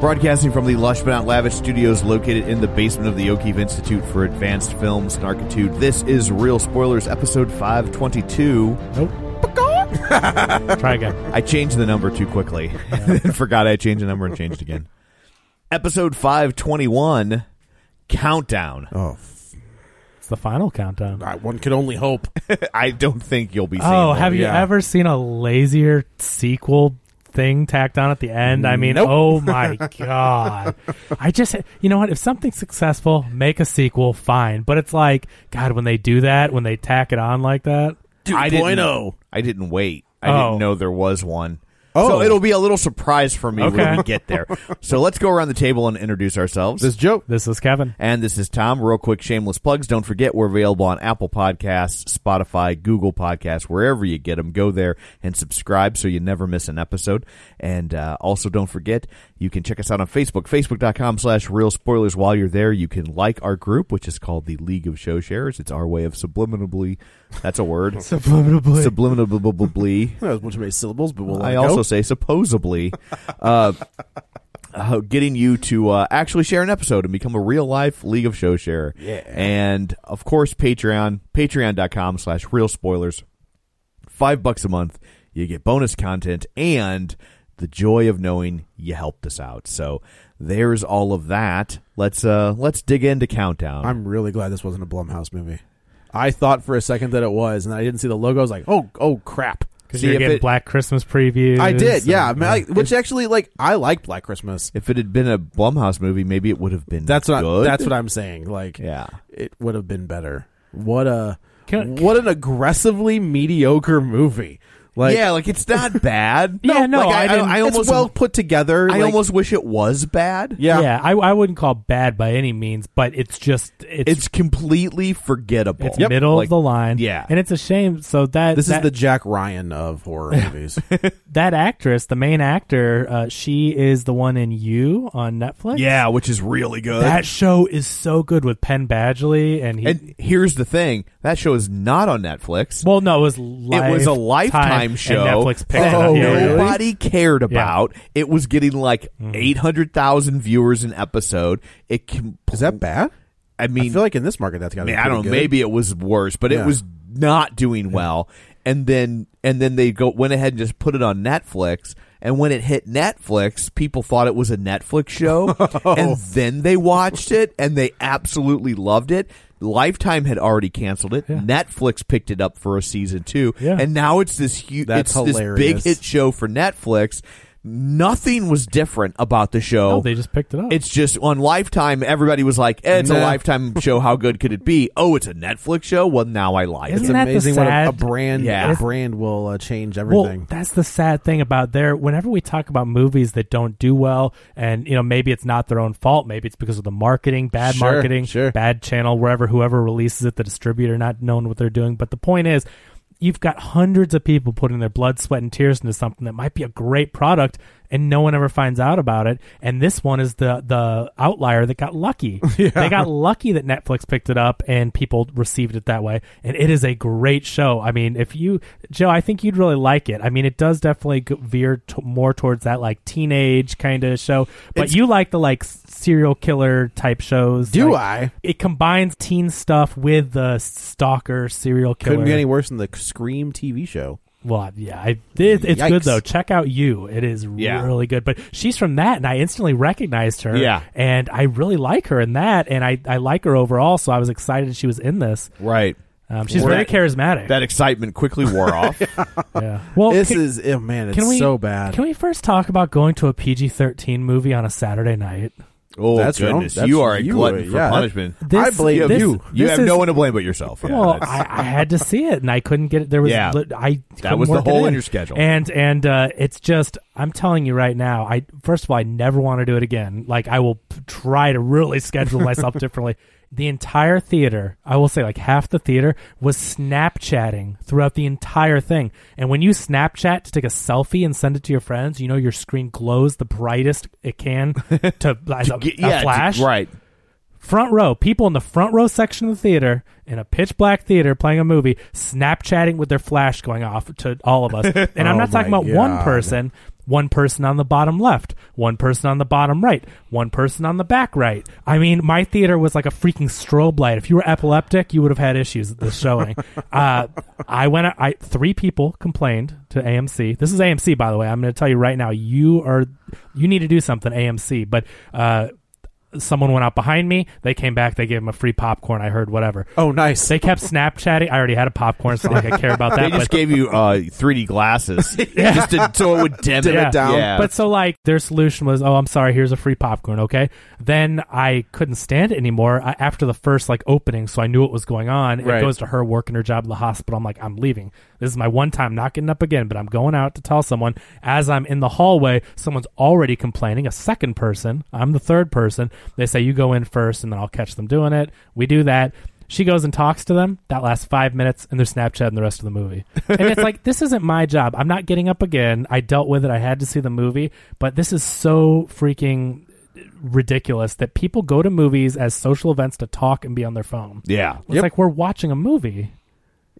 Broadcasting from the lush but not lavish studios located in the basement of the O'Keefe Institute for Advanced Film Snarkitude, this is Real Spoilers, episode 522. Nope. Try again. I changed the number too quickly. Then Forgot I changed the number and changed again. episode 521, Countdown. Oh, it's the final countdown. I- one could only hope. I don't think you'll be seeing Oh, one. have you yeah. ever seen a lazier sequel thing tacked on at the end? I mean, Nope. oh my god! I just, you know what? If something's successful, make a sequel, fine. But it's like, God, when they do that, when they tack it on like that, I didn't, 2.0. I didn't wait. I Oh. didn't know there was one. Oh. So it'll be a little surprise for me when Okay. we get there. so let's go around the table and introduce ourselves. This joke. this is Kevin. And this is Tom. Real quick, shameless plugs. Don't forget, we're available on Apple Podcasts, Spotify, Google Podcasts, wherever you get them. Go there and subscribe so you never miss an episode. And uh, also, don't forget, you can check us out on Facebook, facebook.com slash real spoilers. While you're there, you can like our group, which is called the League of Show Sharers. It's our way of subliminally, that's a word, Subliminally. subliminally That was a bunch of many syllables, but we'll let I it also go. say supposedly, uh, uh, getting you to uh, actually share an episode and become a real life League of Show sharer. Yeah. And of course, Patreon, patreon.com slash real spoilers. Five bucks a month. You get bonus content and the joy of knowing you helped us out. So there's all of that. Let's uh let's dig into countdown. I'm really glad this wasn't a Blumhouse movie. I thought for a second that it was, and I didn't see the logo. I was like, oh, oh, crap. Because See you're if getting it- Black Christmas previews. I did, and- yeah. I mean, I- which actually, like, I like Black Christmas. if it had been a Blumhouse movie, maybe it would have been That's what good. that's what I'm saying. Like, yeah. it would have been better. What a Can- what an aggressively mediocre movie. Like, yeah, like it's not bad. Yeah, no, like, I didn't- I, it's almost well put together. I like- almost wish it was bad. yeah. yeah. I, I wouldn't call it bad by any means, but it's just it's It's completely forgettable. It's middle Like, of the line. yeah. And it's a shame. So that This is is the Jack Ryan of horror movies. that actress, the main actor, uh, she is the one in You on Netflix. Yeah, which is really good. That show is so good with Penn Badgley and he and here's the thing that show is not on Netflix. well no, it was Lifetime, it was a lifetime and show. Oh, Netflix picked that it up. Yeah, yeah. Mm. nobody cared about. It was getting like hundred thousand viewers an episode. It com- is that bad? I mean, I feel like in this market that's I got. mean, I don't know. Maybe it was worse, but it Yeah. was not doing well. And then and then they go went ahead and just put it on Netflix. And when it hit Netflix, people thought it was a Netflix show, Oh. and then they watched it and they absolutely loved it. Lifetime had already canceled it. Netflix picked it up for a season two, Yeah. and now it's this huge, That's it's this big hilarious. hit show for Netflix. Nothing was different about the show. No, they just picked it up. It's just on Lifetime. Everybody was like, eh, "It's a Nah. Lifetime show. How good could it be?" Oh, it's a Netflix show. Well, now I like Isn't it. that the amazing what a, a sad- brand Yeah. a brand will uh, change well, everything. that's the sad thing about there. Whenever we talk about movies that don't do well, and you know maybe it's not their own fault, maybe it's because of the marketing, bad Sure, marketing, sure. bad channel, wherever whoever releases it, the distributor not knowing what they're doing. But the point is, you've got hundreds of people putting their blood, sweat, and tears into something that might be a great product, and no one ever finds out about it. And this one is the the outlier that got lucky. They got lucky that Netflix picked it up and people received it that way. And it is a great show. I mean, if you Joe, I think you'd really like it. I mean, it does definitely go- veer t- more towards that like teenage kind of show. But It's- you like the like s- serial killer type shows. Do like, I? It combines teen stuff with the stalker serial killer. Couldn't be any worse than the Scream TV show. Well, yeah, I, it, it's good Yikes. though. Check out you; it is Yeah. really good. But she's from that, and I instantly recognized her. Yeah. and I really like her in that, and I, I like her overall. So I was excited she was in this. Right. Um, she's Well, very that- charismatic. That excitement quickly wore off. yeah. Well, this can, is oh man, it's can we so bad. Can we first talk about going to a PG thirteen movie on a Saturday night? Oh That's wrong. goodness, That's you are a you, glutton for yeah. punishment. This- I blame you. Have, this- you, you this have is- no one to blame but yourself. Yeah, well, that's- I, I had to see it, and I couldn't get it. There was Yeah. li- I couldn't was the work it hole in your schedule. and and uh, it's just I'm telling you right now. I first of all, I never want to do it again. Like I will p- try to really schedule myself differently. The entire theater, I will say, like half the theater was Snapchatting throughout the entire thing. And when you Snapchat to take a selfie and send it to your friends, you know your screen glows the brightest it can to as a, Get- a yeah, flash right. front row, people in the front row section of the theater in a pitch black theater playing a movie, Snapchatting with their flash going off to all of us. And I'm Oh not talking my about one God. person, one person on the bottom left, one person on the bottom right, one person on the back right. I mean, my theater was like a freaking strobe light. If you were epileptic, you would have had issues at this showing. uh, I went, I three people complained to AMC. This is AMC, by the way. I'm going to tell you right now, you are, you need to do something, AMC. But, uh, someone went out behind me. They came back. They gave him a free popcorn. I heard whatever. Oh, nice. They kept Snapchatting. I already had a popcorn, so like I care about They that. just but, gave you uh, 3D glasses just to, so it would dim, Yeah. it down. Yeah. but so like their solution was, oh, I'm sorry. Here's a free popcorn. Okay. Then I couldn't stand it anymore I, after the first like opening, so I knew what was going on. Right. It goes to her working her job in the hospital. I'm like, I'm leaving. This is my one time. Not getting up again. But I'm going out to tell someone. As I'm in the hallway, someone's already complaining. A second person. I'm the third person. They say you go in first, and then I'll catch them doing it. We do that. She goes and talks to them. That lasts five minutes, and they're Snapchatting the rest of the movie. And it's like, this isn't my job. I'm not getting up again. I dealt with it. I had to see the movie, but this is so freaking ridiculous that people go to movies as social events to talk and be on their phone. yeah. It's like we're watching a movie.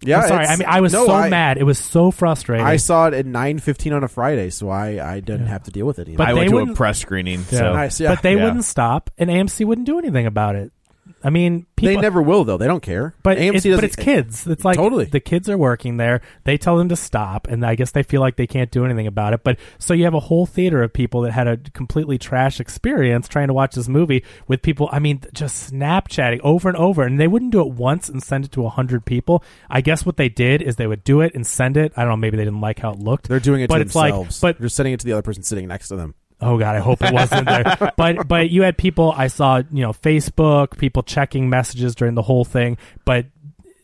yeah, I'm sorry. it's- I mean, I was no, so I- mad. It was so frustrating. I saw it at nine fifteen on a Friday, so I I didn't have to deal with it. Either. But I they went to a wouldn't- press screening. Yeah. So Nice, yeah. But they Yeah. wouldn't stop, and AMC wouldn't do anything about it. I mean, people, they never will though. They don't care. But AMC it's, doesn't- but it's kids. It's like Totally. the kids are working there. They tell them to stop, and I guess they feel like they can't do anything about it. But so you have a whole theater of people that had a completely trash experience trying to watch this movie with people. I mean, just Snapchatting over and over, and they wouldn't do it once and send it to hundred people. I guess what they did is they would do it and send it. I don't know. Maybe they didn't like how it looked. They're doing it but to it's themselves. Like, but you're sending it to the other person sitting next to them. Oh God, I hope it wasn't there. but but you had people I saw, you know, Facebook, people checking messages during the whole thing, but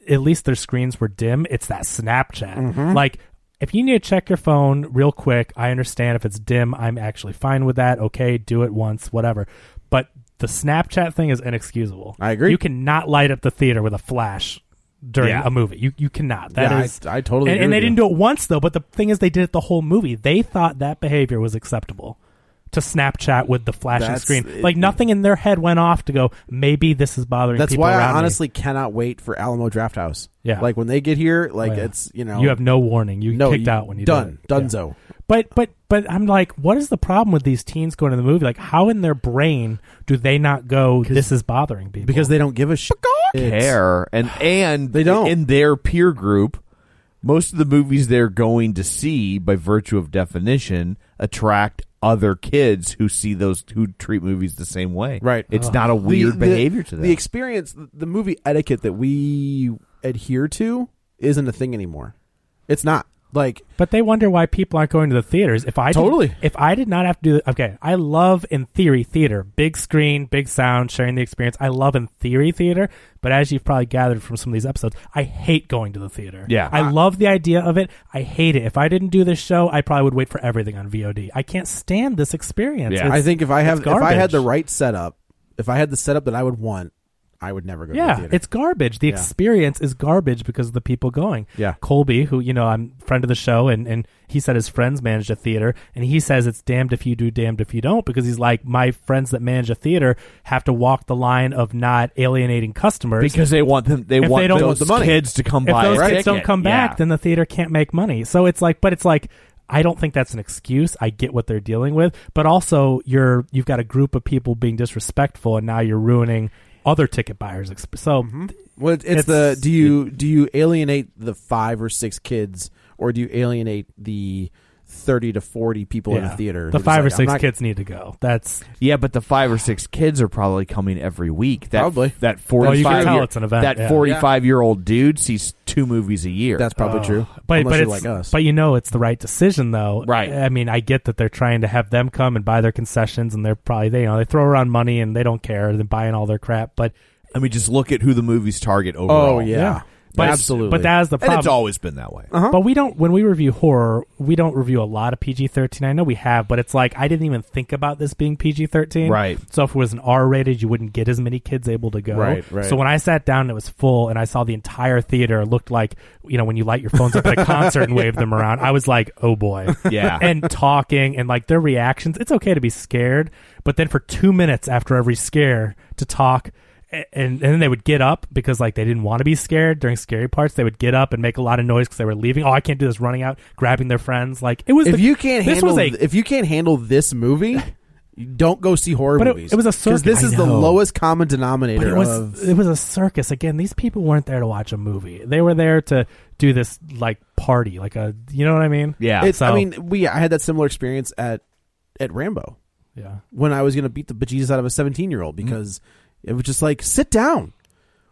at least their screens were dim. It's that Snapchat. Mm-hmm. Like if you need to check your phone real quick, I understand if it's dim, I'm actually fine with that. Okay, do it once, whatever. But the Snapchat thing is inexcusable. I agree. You cannot light up the theater with a flash during Yeah. a movie. You you cannot. That is. Yeah, I- I totally And, agree and with they you. didn't do it once though. But the thing is, they did it the whole movie. They thought that behavior was acceptable to Snapchat with the flashing That's- screen. it- like nothing in their head went off to go. Maybe this is bothering. That's people why I around me." honestly cannot wait for Alamo Draft House. Yeah. like when they get here, like Oh, yeah. it's you know you have no warning. You no kicked you- out when you did done it. Yeah. Dunzo. But but but I'm like, what is the problem with these teens going to the movie? Like, how in their brain do they not go? This is bothering people because they don't give a shit. care and and They don't. in their peer group most of the movies they're going to see by virtue of definition attract other kids who see those who treat movies the same way Right. Uh-huh. it's not a The- weird the- behavior to them The experience, the movie etiquette that we adhere to isn't a thing anymore. It's not like But they wonder why people aren't going to the theaters. If I did- Totally. if I did not have to do okay, I love in theory theater, big screen, big sound, sharing the experience. I love in theory theater, but as you've probably gathered from some of these episodes, I hate going to the theater. Yeah. I love the idea of it. I hate it. If I didn't do this show, I probably would wait for everything on VOD. I can't stand this experience. Yeah. It's- I think if I it's have if I had garbage. the right setup, if I had the setup that I would want, I would never go to yeah, the theater. it's garbage. The Yeah. experience is garbage because of the people going. Yeah. Colby, who you know, I'm friend of the show, and and he said his friends managed a theater, and he says it's damned if you do, damned if you don't, because he's like, my friends that manage a theater have to walk the line of not alienating customers because they want them they If want they don't those want the money. kids to come if by those a kids don't ticket. come back, Yeah. then the theater can't make money. So it's like, but it's like, I don't think that's an excuse. I get what they're dealing with, but also you're you've got a group of people being disrespectful, and now you're ruining other ticket buyers. exp- So Well, it's, it's It's- the do you do you alienate the five or six kids or do you alienate the thirty to forty people in Yeah. a theater? The who's five like, or "I'm six not- kids need to go. That's Yeah, but the five or six kids are probably coming every week. That, Probably. that Well, forty Oh, you can five tell it's an event, that yeah. forty five year old dude sees two movies a year. That's probably Oh. true. But Unless but you're it's like us. but you know it's the right decision though. Right. I mean, I get that they're trying to have them come and buy their concessions, and they're probably they you know they throw around money and they don't care. They're buying all their crap, but I mean, just look at who the movies target overall. oh yeah, but absolutely. But that is the problem. and it's always been that way. Uh-huh. But we don't when we review horror, we don't review a lot of PG thirteen. I know we have, but it's like I didn't even think about this being PG thirteen. Right. So if it was an R rated, you wouldn't get as many kids able to go. Right, right. So when I sat down and it was full and I saw the entire theater it looked like you know, when you light your phones up at a concert and wave them around, I was like, Oh boy. Yeah. and talking and like their reactions. It's okay to be scared, but then for two minutes after every scare to talk a- and, and then they would get up because like they didn't want to be scared during scary parts. They would get up and make a lot of noise because they were leaving. Oh, I can't do this! Running out, grabbing their friends. Like it was. if the- you can't this handle was a if you can't handle this movie, you don't go see horror But it- movies. it was a circuit. this I is the know. lowest common but denominator it was of it was a circus again. These people weren't there to watch a movie. They were there to do this like party, like a you know what I mean? Yeah. It's. I So- mean, we. I had that similar experience at at Rambo yeah. when I was going to beat the bejesus out of a seventeen year Mm. old because it was just like sit down.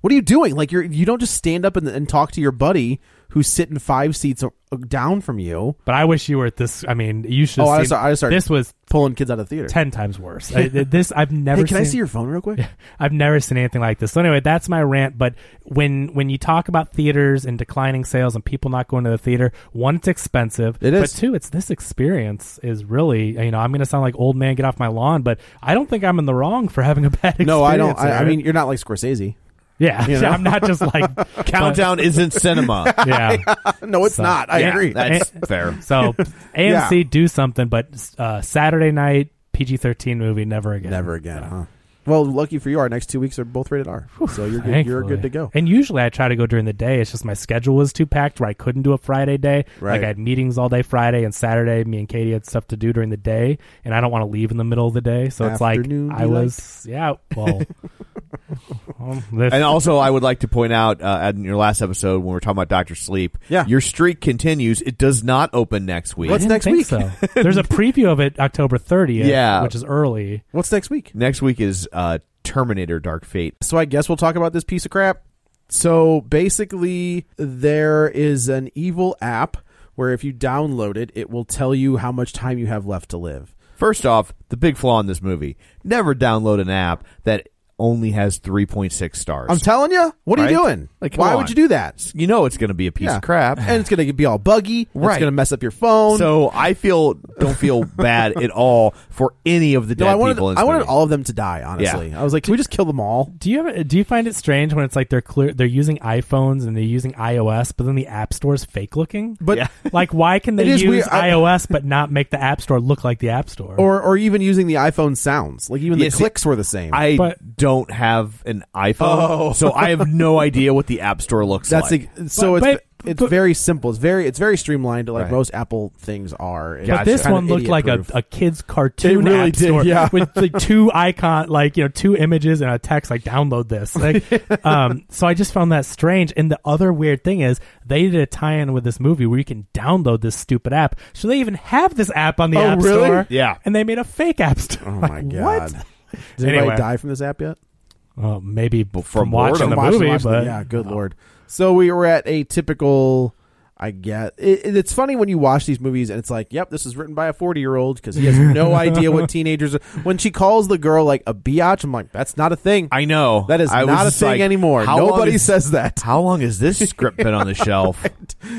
What are you doing? Like you're you don't just stand up and, and talk to your buddy who's sitting five seats o- down from you, But I wish you were at this. I mean, you should. Oh, I have seen- saw- I started- This was pulling kids out of the theater. ten times worse. I, this I've never. hey, can I seen- see your phone real quick? I've never seen anything like this. So anyway, that's my rant. But when when you talk about theaters and declining sales and people not going to the theater, one, it's expensive. It is. But two, it's this experience is really you know I'm going to sound like old man get off my lawn, but I don't think I'm in the wrong for having a bad experience. No, I don't. I, I Aaron. mean, you're not like Scorsese. yeah, you know? I'm not just like Countdown isn't cinema. but- yeah. no, it's So- not. I Yeah. agree. That's And- fair. So AMC do something, but uh, Saturday night PG-13 movie never again. Never again, huh? Well, lucky for you, our next two weeks are both rated R, so you're good, you're Thankfully. good to go. And usually I try to go during the day. It's just my schedule was too packed where I couldn't do a Friday day. Right. Like I had meetings all day Friday and Saturday. Me and Katie had stuff to do during the day, and I don't want to leave in the middle of the day. So it's like Afternoon I was, yeah. Well, um, this, uh, And also, I would like to point out uh, in your last episode when we were talking about Doctor Sleep, Yeah. your streak continues. It does not open next week. I What's didn't next think week? So. There's a preview of it October 30th, Yeah. which is early. What's next week? Next week is uh, Terminator: Dark Fate. So I guess we'll talk about this piece of crap. So basically, there is an evil app where if you download it, it will tell you how much time you have left to live. First off, the big flaw in this movie: never download an app that only has three point six stars. I'm telling you, what are you Right? doing? Like, come why on. would you do that? you know it's going to be a piece Yeah. of crap. and it's gonna be all buggy. It's Right. gonna mess up your phone. so I feel don't feel bad at all for any of the No, dead I wanted people. In this I wanted movie. all of them to die. Honestly, I was like, can we just kill them all? Do you ever, do you find it strange when it's like they're clear they're using iPhones and they're using iOS, but then the App Store is fake looking? But Like, why can they It is use weird. I- iOS but not make the App Store look like the App Store? or or even using the iPhone sounds, like even Yeah, the see, clicks were the same. I But- don't have an iPhone, Oh. so I have no idea what the App Store looks That's like. ex- so But- it's but- it's but- very simple. It's very it's very streamlined, like Right. most Apple things are. It's But this kind one of looked like a, idiot-proof. a kid's cartoon It really app did, store yeah. with like two icon, like you know, two images and a text like download this. Like, um, so I just found that strange. And the other weird thing is they did a tie-in with this movie where you can download this stupid app. So they even have this app on the Oh, app really? store. Yeah. and they made a fake app store. Oh Like, my What? god! Did anybody Anyway. die from this app yet? Well, maybe from, from boredom. watching the Watch- movie, watch- but yeah, good lord. So we were at a typical. I guess it, it- it's funny when you watch these movies and it's like, yep, this is written by a forty-year-old because he has no idea what teenagers. Are. When she calls the girl like a biatch, I'm like, that's not a thing. I know That is I was not a just thing like, anymore. how long Nobody is- says that. How long has this script been on the shelf?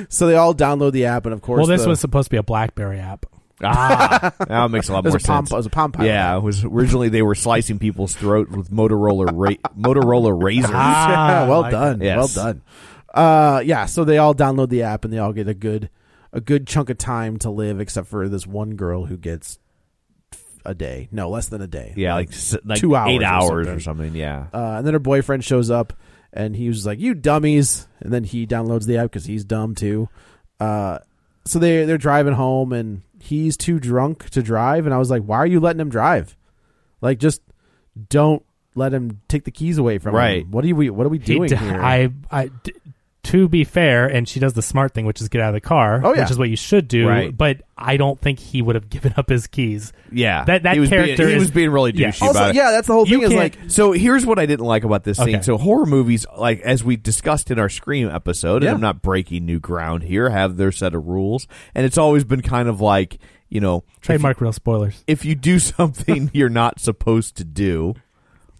So they all download the app, and of course, well, this the, was supposed to be a BlackBerry app. ah, that makes a lot it was more a pom, sense. it was a pom pom. yeah, it was originally they were slicing people's throats with Motorola ra- Motorola razors. Ah, Yeah, well I like done. it. Yes. Well done. Uh, yeah, so they all download the app and they all get a good a good chunk of time to live except for this one girl who gets a day. No, less than a day. yeah, like, s- like Two hours eight or hours something. or something. Yeah, Uh, and then her boyfriend shows up and he was just like, "You dummies." And then he downloads the app cuz he's dumb too. Uh, so they they're driving home and he's too drunk to drive and I was like, "Why are you letting him drive?" Like just don't let him take the keys away from Right. him. What are we what are we He doing d- here? I, I d- to be fair, and she does the smart thing, which is get out of the car, Oh, yeah. which is what you should do. Right. But I don't think he would have given up his keys. Yeah, That- that he was character Being, he is- was being really yeah. douchey Also, about it. yeah, that's the whole You thing. Is like can't- So here's what I didn't like about this Okay. scene. So horror movies, like as we discussed in our Scream episode, Yeah. and I'm not breaking new ground here, have their set of rules, and it's always been kind of like you know, if Trademark real spoilers. if you do something you're not supposed to do,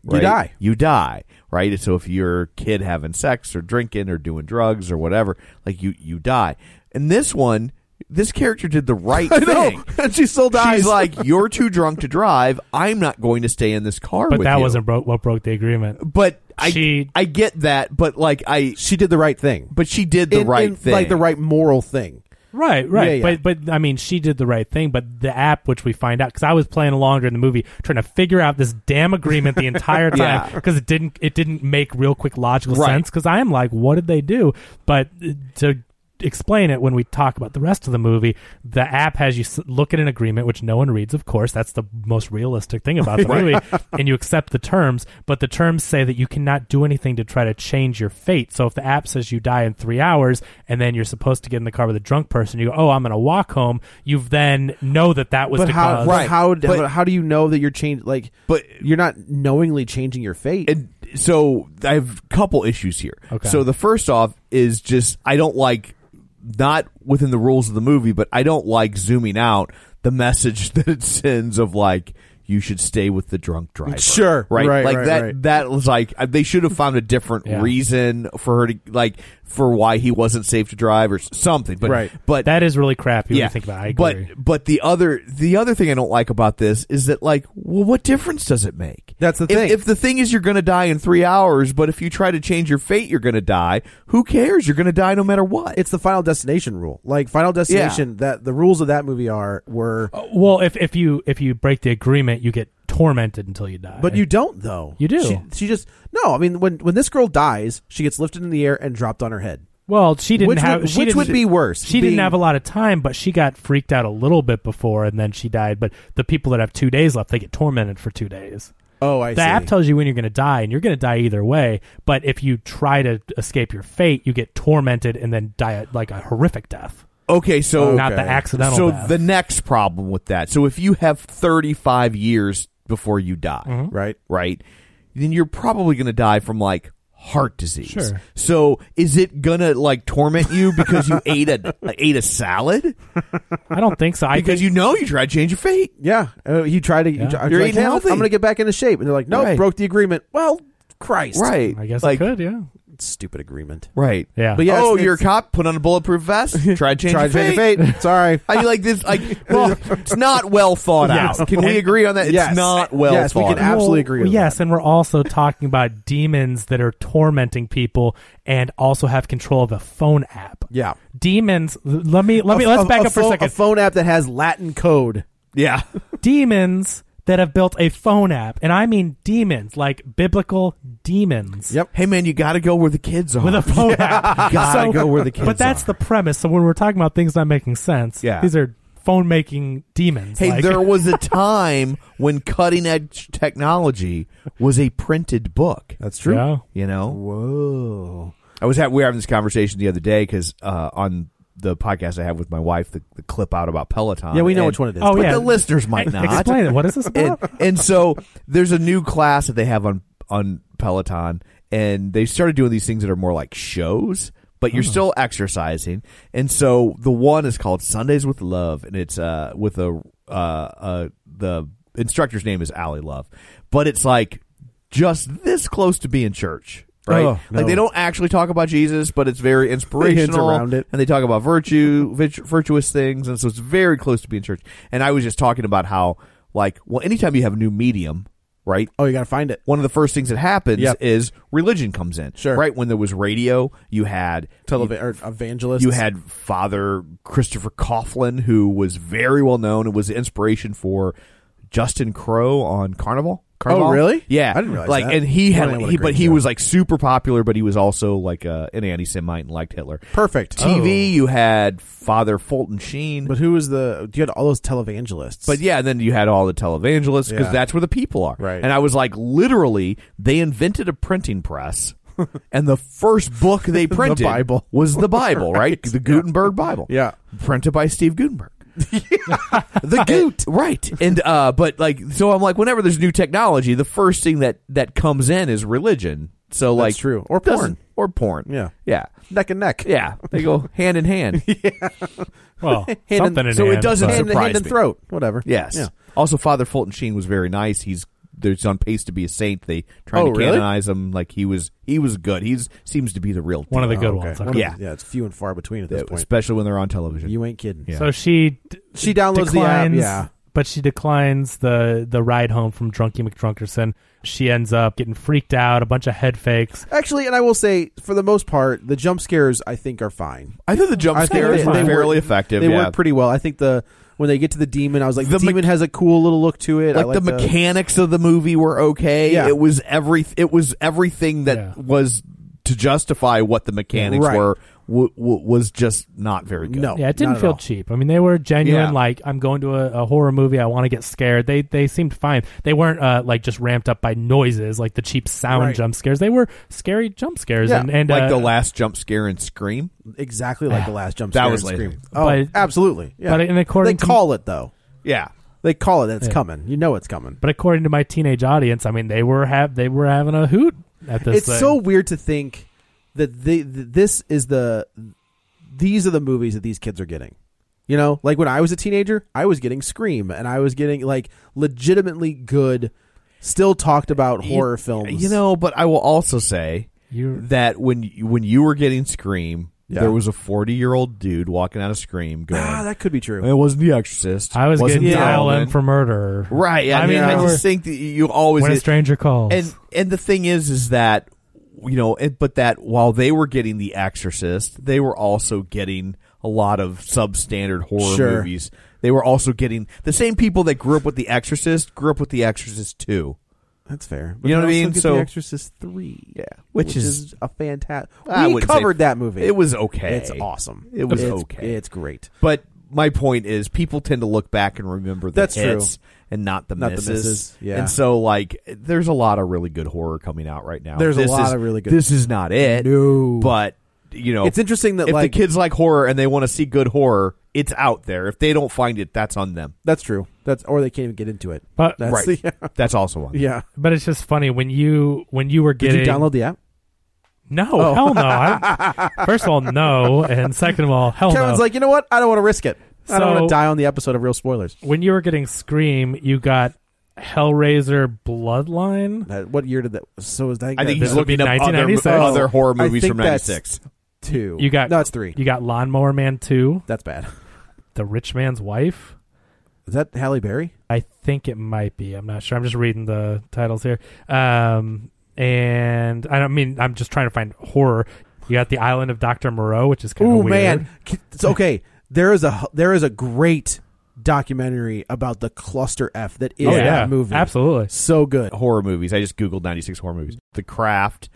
You right, die. You die, right? So if you're a kid having sex or drinking or doing drugs or whatever, like you you die. And this one, this character did the right thing. and she still dies. She's like, "You're too drunk to drive. I'm not going to stay in this car." But with that you." wasn't bro- what broke the agreement. But I She- I get that. But like I, she did the right thing, but she did the In- right in, thing, like the right moral thing. Right, right. Yeah, yeah. But but I mean, she did the right thing. But the app, which we find out, because I was playing along during the movie, trying to figure out this damn agreement the entire Yeah. time, because it didn't it didn't make real quick logical Right. sense. Because I am like, what did they do? But uh, to explain it when we talk about the rest of the movie, the app has you s- look at an agreement which no one reads. Of course, that's the most realistic thing about the movie, and you accept the terms. But the terms say that you cannot do anything to try to change your fate. So if the app says you die in three hours, and then you're supposed to get in the car with a drunk person, you go, "Oh, I'm going to walk home." You've then know that that was But the how, cause. but how, But- how do you know that you're changing? Like, But- you're not knowingly changing your fate. and so I have a couple issues here. Okay. So the first off is just I don't like not within the rules of the movie, but I don't like zooming out the message that it sends of like you should stay with the drunk driver. Sure. right, Right, like right, that. right. That was like uh, they should have found a different Yeah. reason for her to like for why he wasn't safe to drive or s- something. But Right. but That is really crappy when you think about. it. I agree. But but the other the other thing I don't like about this is that like, well, what difference does it make? That's the If- thing. If the thing is you're going to die in three hours, but if you try to change your fate, you're going to die. Who cares? You're going to die no matter what. it's the Final Destination rule. Like Final Destination, that the rules of that movie are were, Oh, well, if if you if you break the agreement, you get tormented until you die. but you don't though. You do. She, she just no. I mean, when when this girl dies, she gets lifted in the air and dropped on her head. Well, she didn't Which would- have. she which didn't- would be worse, She being- didn't have a lot of time, but she got freaked out a little bit before, and then she died. But the people that have two days left, they get tormented for two days. Oh, I the app tells you when you're going to die, and you're going to die either way. But if you try to escape your fate, you get tormented and then die a, like a horrific death, okay, so not the accidental. so death. the next problem with that. So if you have 35 years before you die, Mm-hmm. right. right? Then you're probably going to die from like heart disease. Sure. So is it going to like torment you because you ate a ate a salad? I don't think so. I Because you think, know you tried to change your fate. Yeah, uh, he tried to. he tried- I was You're like, "Hey, eating healthy." I'm going to get back into shape, and they're like, "No, Right. broke the agreement." Well, Christ, Right. I guess like, I could. Yeah. Stupid agreement. Right. Yeah. But yeah, oh, it's- you're a it's- cop. Put on a bulletproof vest. Try to Tried change your to fate. change your fate. Sorry. I mean, like this. Like, well, it's not well thought Yeah. out. Can we agree on that? It's Yes. not well Yes, we thought can out. absolutely agree with yes, and we're also talking about demons that are tormenting people and also have control of a phone app. Yeah. demons. l- Let me let me A- let's a- back a up for a phone- second. A phone app that has Latin code. yeah. demons that have built a phone app, and I mean demons like biblical demons. Yep. Hey, man, you got to go where the kids are. With a phone app, Gotta So- go where the kids But that's are. the premise. So when we're talking about things not making sense, Yeah. these are phone making demons. Hey, like- there was a time when cutting edge technology was a printed book. That's true. yeah. You know, Whoa. I was at, we were having this conversation the other day because uh, on the podcast I have with my wife, the, the clip out about Peloton. Yeah, we know and- which one it is. Oh but yeah, the listeners might Hey, not explain it. What is this and, about? and so there's a new class that they have on on Peloton, and they started doing these things that are more like shows, but Hmm. you're still exercising. And so the one is called Sundays with Love, and it's uh with a uh, uh the instructor's name is Allie Love, but it's like just this close to being church. Right, Oh, like they no. don't actually talk about Jesus, but it's very hints inspirational around it. and they talk about virtue, virtu- virtuous things, and so it's very close to being church. And I was just talking about how, like, well, anytime you have a new medium, right? Oh, you got to find it. One of the first things that happens Yep. is religion comes in, Sure. right? When there was radio, you had Telev- or evangelist. you had Father Christopher Coughlin, who was very well known and was the inspiration for Justin Crow on Carnival. Carnival? Oh, really? Yeah, I didn't realize like, that. and he had, Man, what a he, great but he show. was like super popular, but he was also like uh, an anti-Semite and liked Hitler. perfect Oh. TV, you had Father Fulton Sheen. But But, who was the? You had all those televangelists. yeah, and then you had all the televangelists because Yeah. that's where the people are. Right. And I was like, literally, they invented a printing press and the first book they printed Bible. was the Bible, right? The Gutenberg Bible. Yeah. Printed by Steve Gutenberg. the Goot. right. And uh but like so I'm like whenever there's new technology, the first thing that that comes in is religion. So like That's true. Or doesn't- porn. Or porn. Yeah. Yeah. neck and neck. Yeah. They go hand in hand. Well, and- something in so it hand, doesn't but- Hand, Surprised hand and me. throat. Whatever. Yes. Yeah. Also, Father Fulton Sheen was very nice. He's there's on pace to be a saint. They trying Oh, to really? canonize him. Like he was, he was good. He's seems to be the real One of the deal. good Oh, Okay. ones. One okay. of- Yeah. Yeah, it's few and far between at this point. especially when they're on television. You ain't kidding. Yeah. So she d- She downloads declines, the app. but she declines the the ride home from Drunky McDrunkerson. She ends up getting freaked out, a bunch of head fakes. Yeah. Actually, and I will say, for the most part, the jump scares I think are fine. I thought the jump I think scares they- were they fairly work- effective. They yeah. work pretty well. I think the when they get to the demon, I was like, The the, me- demon has a cool little look to it. I like, the mechanics of the movie were okay. Yeah. It was every it was everything that Yeah. was to justify what the mechanics Right. were w- w- was just not very good. No. Yeah, it didn't Not at feel all. cheap. I mean, they were genuine. Yeah. Like, I'm going to a, a horror movie. I want to get scared. They they seemed fine. They weren't uh, like just ramped up by noises, like the cheap sound Right. jump scares. They were scary jump scares. Yeah, and, and like uh, the last jump scare and scream. exactly like the last jump Ah, That scare. was and lazy. scream. Oh, But- absolutely. Yeah. but in according they to- call it though. Yeah, They call it that it's coming. You know it's coming. But according to my teenage audience, I mean, they were have they were having a hoot at this. it's thing. so weird to think that they, th this is the these are the movies that these kids are getting you know like when i was a teenager i was getting scream and i was getting like legitimately good still talked about horror You- films You know, but I will also say You- that when you, when you were getting Scream, Yeah. there was a forty year old dude walking out of Scream going, ah, that could be true "It wasn't The Exorcist. I was wasn't getting The dial in Omen." for murder. right." I, I mean, mean, I there just were- think that you always when a get- stranger calls. and and the thing is, is that you know, it, but that while they were getting The Exorcist, they were also getting a lot of substandard horror Sure. movies. They were also getting the same people that grew up with The Exorcist grew up with The Exorcist too. that's fair You then know what I also mean? get So- the exorcist 3 Yeah, which, which is, is a fantastic I we wouldn't say- covered that movie It was okay. it's awesome It was It's- okay. it's great But my point is, people tend to look back and remember the That's true. hits and not the Not the misses. misses, yeah. And so, like, there's a lot of really good horror coming out right now. There's a This lot is- of really good- This is not it. No. But you know, It's interesting that, Oh. if like- the kids like horror and they want to see good horror, it's out there. If they don't find it, that's on them. that's true that's or they can't even get into it but that's right. the, That's also on. them. yeah but it's just funny when you when you were did getting you download Oh. the app no hell no. I, first of all, no, and second of all, hell Kevin's Oh, no. like, you know what? I don't want to risk it. I don't So- want to die on the episode of Real Spoilers. when you were getting Scream, you got Hellraiser Bloodline. That, what year did that? So was that? I think that- he's would be looking up other, 1996. other horror I movies think from that's- '96. two. You got no, it's three. You got Lawnmower Man Two, That's bad. The Rich Man's Wife. Is that Halle Berry? I think it might be. I'm not sure. I'm just reading the titles here. Um, and I don't mean I'm just trying to find horror. You got the Island of Doctor Moreau, which is kind of Oh weird. man, it's okay. There is a there is a great documentary about the cluster F that is oh, that yeah, movie. absolutely. so good. Horror movies. I just googled '96 horror movies. The Craft,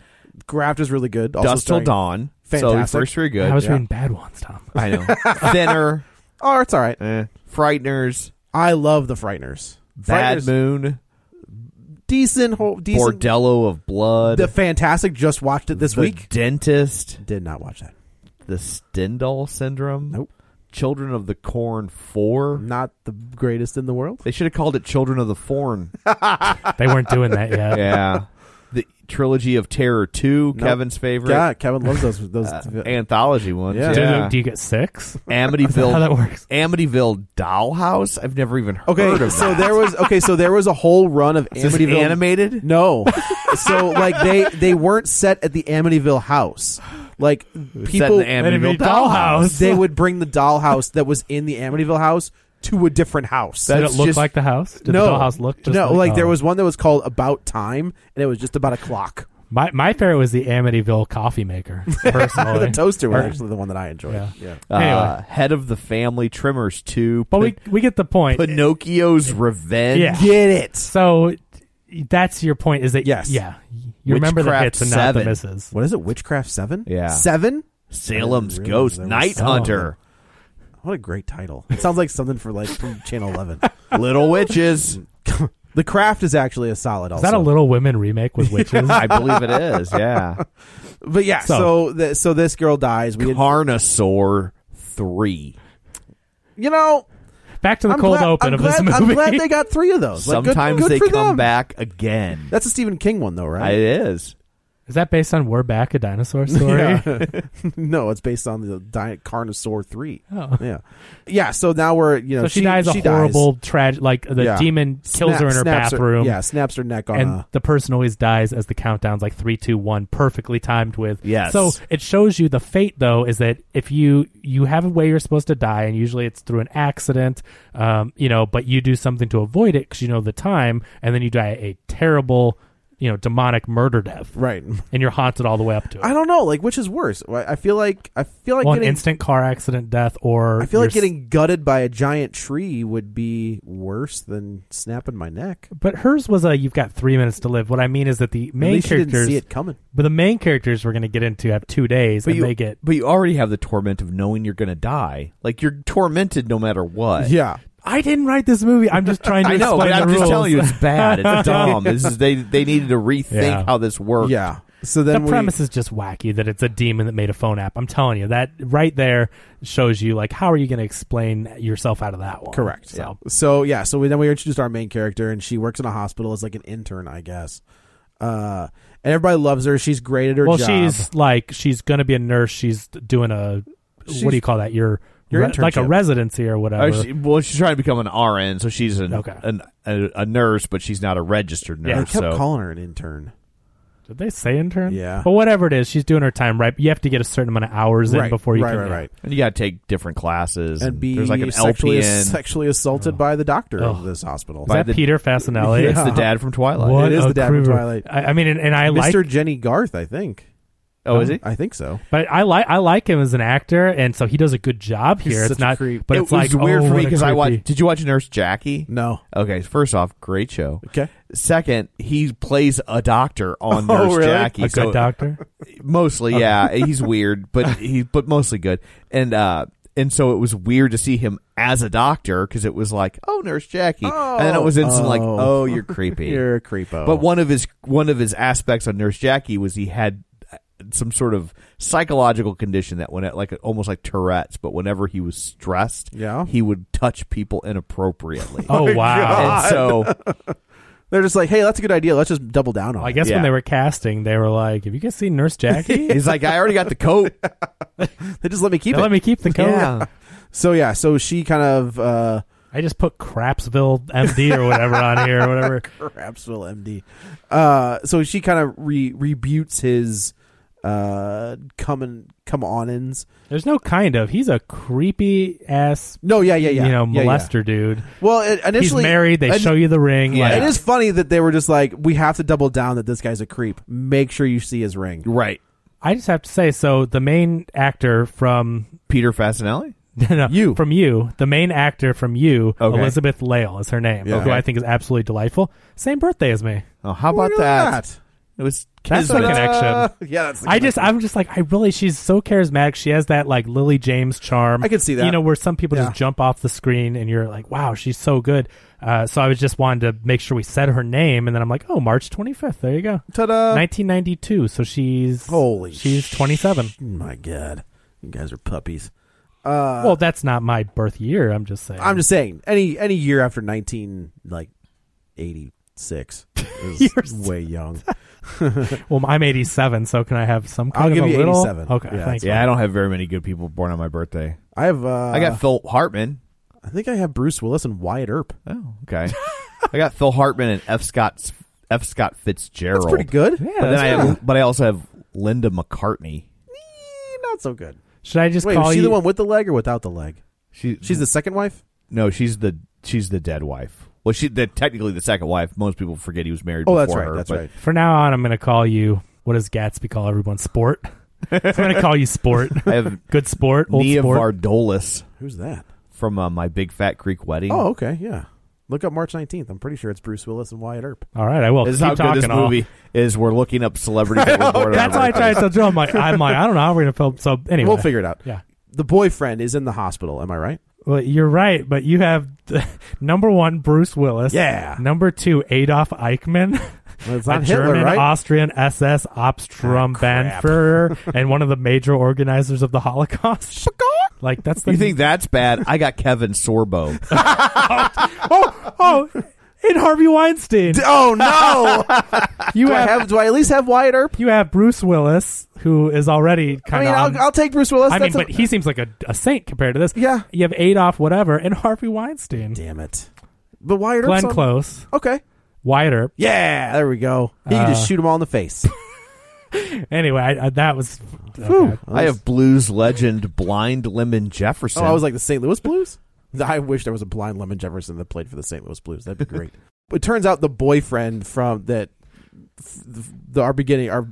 Graft is really good. Also Dust Till starring- Dawn. So Fantastic. first three good. I was yeah. reading bad ones, Tom. I know. Thinner. Oh, it's all right. Eh. Frighteners. I love the Frighteners. Bad Frighteners, Moon. decent, whole, decent. Bordello of Blood. The Fantastic just watched it this The week. Dentist. Did not watch that. The Stendhal Syndrome. Nope. Mm. Children of the Corn 4. Not the greatest in the world. They should have called it Children of the Forn. They weren't doing that yet. yeah. The Trilogy of Terror 2, Nope. Kevin's favorite. Uh, Yeah, Kevin loves those those Anthology ones. Yeah. Do, Yeah. do you get six? Is that how that Amityville. works? Amityville Dollhouse? I've never even heard of Okay, that. so there was okay, so there was a whole run of Is this Amityville animated? No, so like they they weren't set at the Amityville house. Like Set in people, the Amityville Amityville Dollhouse. Dollhouse. they would bring the dollhouse that was in the Amityville house to a different house. Did it That's look just- like the house? Did no the dollhouse look just no, like oh. there was one that was called About Time, and it was just about a clock. my my favorite was the Amityville coffee maker. Personally, the toaster was Or- actually the one that I enjoyed. Yeah. Uh, Anyway. Head of the Family, Trimmers 2, but we we get the point. Pinocchio's Revenge. Yeah. Get it? So that's your point is that Yes. yeah, you remember the Witchcraft hits and not Seven. the misses. What is it? Witchcraft Seven? Yeah. Seven. Salem's I didn't realize Ghost, there Night was so Hunter, What a great title! It sounds like something for like from Channel Eleven. Little Witches, The Craft is actually a solid. Is Also, that a Little Women remake with witches? I believe it is. Yeah, But yeah, so So- so, th- so this girl dies. We, Carnosaur three. you know, Back to the I'm cold glad, open I'm of glad, this movie. I'm glad they got three of those. Like, good- Sometimes good they for come them. back again. That's a Stephen King one though, right? It is. Is that based on We're Back, a dinosaur story? no, it's based on the Di- Carnosaur three. Oh. Yeah, yeah. So now we're you know so she, dies a horrible tragic, like the Yeah. demon kills Snap- her in her snaps bathroom, yeah, snaps her neck on. and a, the person always dies as the countdown's like three, two, one, perfectly timed with. Yes. So it shows you the fate though is that if you you have a way you're supposed to die, and usually it's through an accident, um, you know, but you do something to avoid it because you know the time, and then you die a terrible, you know, demonic murder death, right. and you're haunted all the way up to it. I don't know, like which is worse. I I feel like I feel like well, an getting instant car accident death, or I feel like you're s- getting gutted by a giant tree would be worse than snapping my neck. But hers was a you've got three minutes to live. What I mean is that the At main least she didn't characters, see it coming. but the main characters we're going to get into have two days, But and you, they get. but you already have the torment of knowing you're going to die. Like you're tormented no matter what. Yeah, I didn't write this movie. I'm just trying to. I know, explain but the I'm just rules. telling you, it's bad. It's dumb. This is, they they needed to rethink Yeah. how this works. yeah. So the then we, premise is just wacky that it's a demon that made a phone app. I'm telling you, that right there shows you like how are you going to explain yourself out of that one? Correct. So So yeah, so we, then we introduced our main character, and she works in a hospital as like an intern, I guess. Uh, and everybody loves her. She's great at her well, job. she's like she's going to be a nurse. She's doing a what She's- do you call that? Your Your like a internship. residency or whatever. Oh, she- well, she's trying to become an RN, so she's an, Uh, Okay. an a, a nurse, but she's not a registered Yeah. I nurse. kept so calling her an intern. Did they say intern? Yeah. But whatever it is, she's doing her time right. You have to get a certain amount of hours in right before you right, can. right, right, and you got to take different classes. and be there's like an sexually LPN. sexually assaulted by the doctor of Ugh. this hospital. Is that the- Peter Fasinelli? It's the dad from Twilight. What It is a the dad from creeper. Twilight. I, I mean, and, and I like, Mr. Jenny Garth, I think. Oh, is he? I think so. but I like, I like him as an actor, and so he does a good job here. such it's a not, creep. but it it's was like weird oh, for me because I watched. Did you watch Nurse Jackie? No. Okay, first off, great show. Okay. Second, he plays a doctor on Oh, Nurse really? Jackie. a so good doctor. mostly yeah he's weird but he but mostly good and uh and so it was weird to see him as a doctor because it was like oh nurse jackie and then it was instant like Oh. oh you're creepy You're a creepo. but one of his one of his aspects on nurse jackie was he had uh, some sort of psychological condition that when it like almost like tourette's but whenever he was stressed Yeah. he would touch people inappropriately Oh wow! and so They're just like, hey, that's a good idea. Let's just double down on I it. guess Yeah. when they were casting, they were like, "Have you guys seen Nurse Jackie? he's like i already got the coat They just let me keep Now it. let me keep the code." so yeah, so she kind of uh I just put Crapsville MD or whatever on here or whatever. Rapsville MD. Uh, so she kind of re- rebutes his uh, come and come on ins. There's no kind of. He's a creepy ass, No, yeah, yeah, yeah. you know, Yeah, yeah. molester dude. Well, it, initially he's married. They and- show you the ring. Yeah. like- It is funny that they were just like, we have to double down that this guy's a creep. Make sure you see his ring. right I just have to say, so the main actor from peter fasinelli no, You. from you, the main actor from you, Okay. Elizabeth Lale is her name, Yeah. who I Okay. think is absolutely delightful. Same birthday as me. Oh, how Look about at that? It was That's the Kismet. connection. Yeah, that's the I just, connection. I'm just like, I really, she's so charismatic. She has that like Lily James charm. I could see that. You know, where some people Yeah. just jump off the screen and you're like, wow, she's so good. Uh, so I was just wanting to make sure we said her name, and then I'm like, oh, March 25th. There you go. Ta-da. 1992. So she's Uh, Holy she's sh- 27. My God, you guys are puppies. well, that's not my birth year. I'm just saying. uh, I'm just saying, any any year after nineteen like eighty six is You're- way young. Well, I'm 87, so can I have some kind I'll of give a you little? 87. Okay, Yeah, thanks. Yeah, I don't have very many good people born on my birthday. I have. Uh, I got Phil Hartman. I think I have Bruce Willis and Wyatt Earp. Oh, okay. I got Phil Hartman and F. Scott F. Scott Fitzgerald. That's pretty good. Yeah, But then I have, but I also have Linda McCartney. not so good. Should I just Wait, call was she you? Mm-hmm. the one with the leg or without the leg? She She's the second wife. no, she's the she's the dead wife. Well, she the, technically the second wife. Most people forget he was married. Oh, before that's right. her, that's but right. For now on, I'm going to call you. What does Gatsby call everyone? Sport. I'm going to call you Sport. I have Good sport. Old Nia sport. Vardolis Who's that? from uh, my Big Fat Creek Wedding. Oh, okay, yeah. Look up March nineteenth. I'm pretty sure it's Bruce Willis and Wyatt Earp. All right, I will. this is Keep how good talking. this I'll- movie is. We're looking up celebrities. That were born on That's our why I birthdays. tried to do. I'm like, I'm like, I don't know how we're going to film. So anyway, We'll figure it out. Yeah. The boyfriend is in the hospital. Am I right? Well, you're right, but you have number one Bruce Willis. Yeah. Number two Adolf Eichmann. Well, it's not a Hitler, German right? Austrian SS Ah, Obsturmbannführer and one of the major organizers of the Holocaust. like that's the You think that's bad? I got Kevin Sorbo. oh and Harvey Weinstein. oh no! you do I have, have? Do I at least have Wyatt Earp? you have Bruce Willis who is already I kind mean, of I'll, I'll take Bruce Willis. I mean, That's but a- he seems like a, a saint compared to this. Yeah. You have Adolf whatever and Harvey Weinstein. damn it. But Wyatt Earp's Glenn on- Close, Okay. Wyatt Earp. Yeah, there we go. He can Uh, just shoot them all in the face. Anyway, I, I, that was Whew. I have blues legend Blind Lemon Jefferson. Oh, I was like the St. Louis Blues. I wish there was a blind Lemon Jefferson that played for the St. Louis Blues. That'd be great. it turns out the boyfriend from that, the, the our beginning our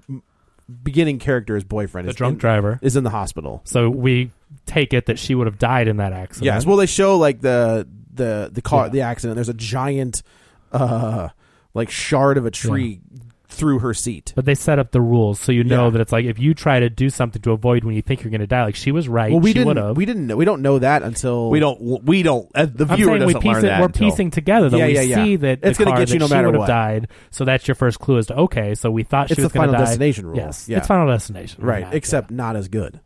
beginning character's boyfriend the is drunk in, driver. is in the hospital. So we take it that she would have died in that accident. yes. Well, they show like the the the car Yeah. the accident. There's a giant, uh, like shard of a tree through her seat. But they set up the rules so you know Yeah. that it's like if you try to do something to avoid when you think you're going to die, like she was right. well, we she would didn't. have. We didn't. Know, we don't know that until we don't. We don't. Uh, the I'm viewer saying we doesn't piece learn it, that. we're until- piecing together that Yeah, we yeah, yeah. see that It's the gonna car get you that no she matter would have what. died. So that's your first clue as to okay. So we thought It's she was the going to Final die. Destination rule. Yes, Yeah. it's Final Destination. right. Yeah, except not as good.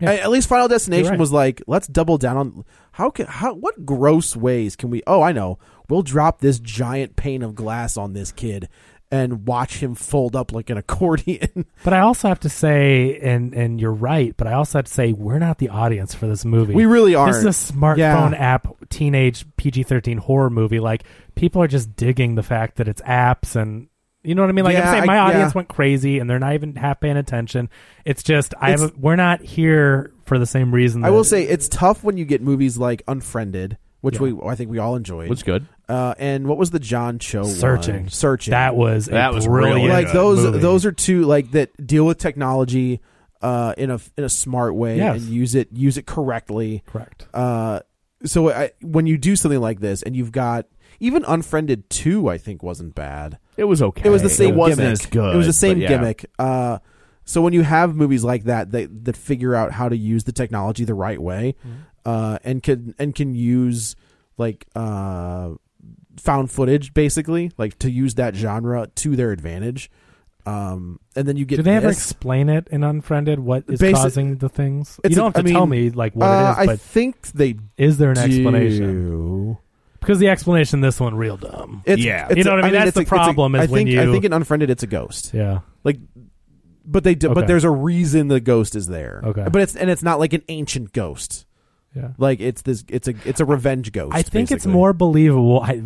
Yeah. A- At least Final Destination You're right. was like, let's double down on how can how what gross ways can we? Oh, I know. We'll drop this giant pane of glass on this kid and watch him fold up like an accordion. yeah. But I also have to say, and and you're right. But I also have to say, we're not the audience for this movie. we really are. This is a smartphone app teenage PG thirteen horror movie. Like people are just digging the fact that it's apps and you know what I mean. Like Yeah, I'm saying, I- my audience yeah. went crazy and they're not even half paying attention. It's just I It's- have a, we're not here for the same reason. I that- will say it's tough when you get movies like Unfriended, which Yeah. we I think we all enjoyed. What's good? uh, and what was the John Cho one? searching Searching that was a That was really brilliant good. like those Oh, movie. those are two like that deal with technology uh, in a in a smart way Yes. and use it use it correctly. correct. Uh, so I, when you do something like this and you've got even unfriended 2 i think wasn't bad It was okay. it was the same It wasn't gimmick as good. it was the same but yeah. gimmick uh, so when you have movies like that that, that figure out how to use the technology the right way Mm-hmm. uh, and can and can use like uh, found footage basically like to use that genre to their advantage um, and then you get Do they ever this. explain it in Unfriended? What is Basi- causing the things? You It's don't a- have to I mean, tell me like what uh, it is, I but think they is there an do. explanation? Because the explanation in this one real dumb. It's, Yeah. it's You know what I mean? That's it's the it's problem is I when think, I you- think in Unfriended it's a ghost. yeah. Like, but they do, Okay. but there's a reason the ghost is there. Okay. but it's and it's not like an ancient ghost. Yeah. Like it's this it's a it's a revenge ghost. I think it's basically. more believable. I,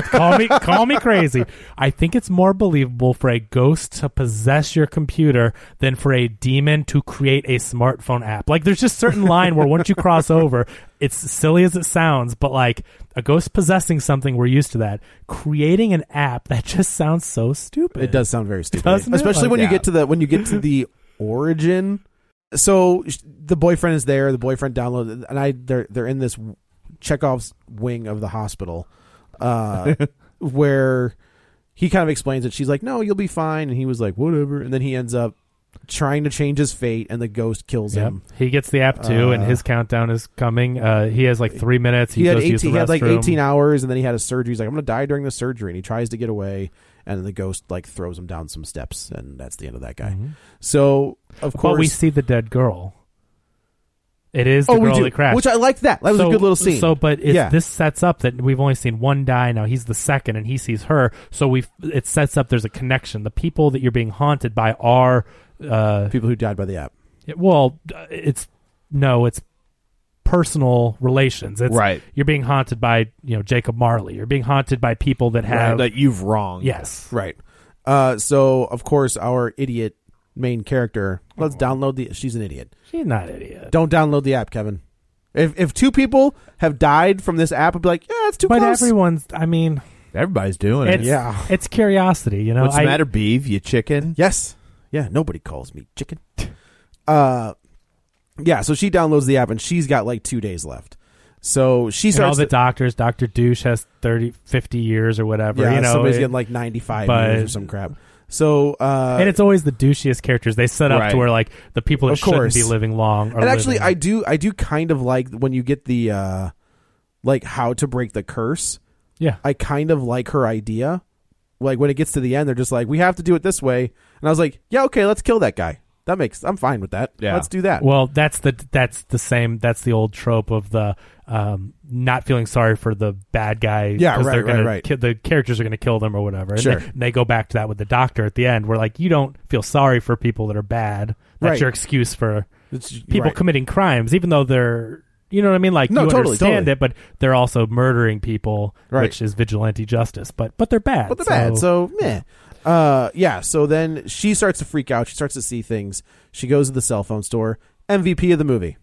call me call me crazy. I think it's more believable for a ghost to possess your computer than for a demon to create a smartphone app. Like there's just certain line where once you cross over, it's silly as it sounds, but like a ghost possessing something, we're used to that. Creating an app that just sounds so stupid. It does sound very stupid, Doesn't it? especially Like, when yeah. you get to the when you get to the origin. So sh- the boyfriend is there. The boyfriend downloaded, and I they're they're in this Chekhov's wing of the hospital, uh, where he kind of explains it. She's like, "No, you'll be fine," and he was like, "Whatever." And then he ends up trying to change his fate, and the ghost kills Yep. him. He gets the app too, and Uh, his countdown is coming. Uh, he has like three minutes. He, He, had goes to eighteen. use the He had like restroom. eighteen hours, and then he had a surgery. He's like, "I'm gonna die during the surgery," and he tries to get away. And then the ghost like throws him down some steps, and that's the end of that guy. Mhm. So of course But we see the dead girl. It is the oh, we girl do, that crashed. which I like that. That was so, a good little scene. So, but it's, Yeah. this sets up that we've only seen one die. Now he's the second, and he sees her. So we, it sets up there's a connection. The people that you're being haunted by are, uh, people who died by the app. it- well, uh, it's no, it's personal relations. It's, Right. You're being haunted by you know Jacob Marley. You're being haunted by people that have Right, that you've wrong. yes. Right. Uh, so of course our idiot main character. Let's download the. She's an idiot. She's not an idiot. Don't download the app, Kevin. If if two people have died from this app, I'd be like, yeah, it's too but close. everyone's. I mean, everybody's doing it's, it. Yeah. it's curiosity. You know, What's I- the matter, Beeve? You chicken? yes. Yeah. Nobody calls me chicken. Uh, yeah. So she downloads the app and she's got like two days left. So she and all starts. the doctors, Dr. Douche has 30, 50 years or whatever, yeah, you know. somebody's it- getting like ninety five but- years or some crap. So uh, and it's always the douchiest characters they set up Right. to where like the people that Of shouldn't course. be living long are and actually living. i do i do kind of like when you get the uh like how to break the curse. Yeah. I kind of like her idea. Like when it gets to the end, they're just like, "We have to do it this way," and I was like, "Yeah, okay, let's kill that guy. That makes I'm fine with that. Yeah. Let's do that." Well, that's the that's the same. That's the old trope of the um, not feeling sorry for the bad guy. Yeah, 'cause they're right, right, gonna, right. ki- the characters are going to kill them or whatever. And Sure. They, and they go back to that with the doctor at the end. Where like you don't feel sorry for people that are bad. That's Right. your excuse for It's- people right. committing crimes, even though they're you know what I mean. Like No, you totally, understand totally. it, but they're also murdering people, Right. which is vigilante justice. But but they're bad. but they're bad. So meh. Uh, yeah. So then she starts to freak out. She starts to see things. She goes to the cell phone store. MVP of the movie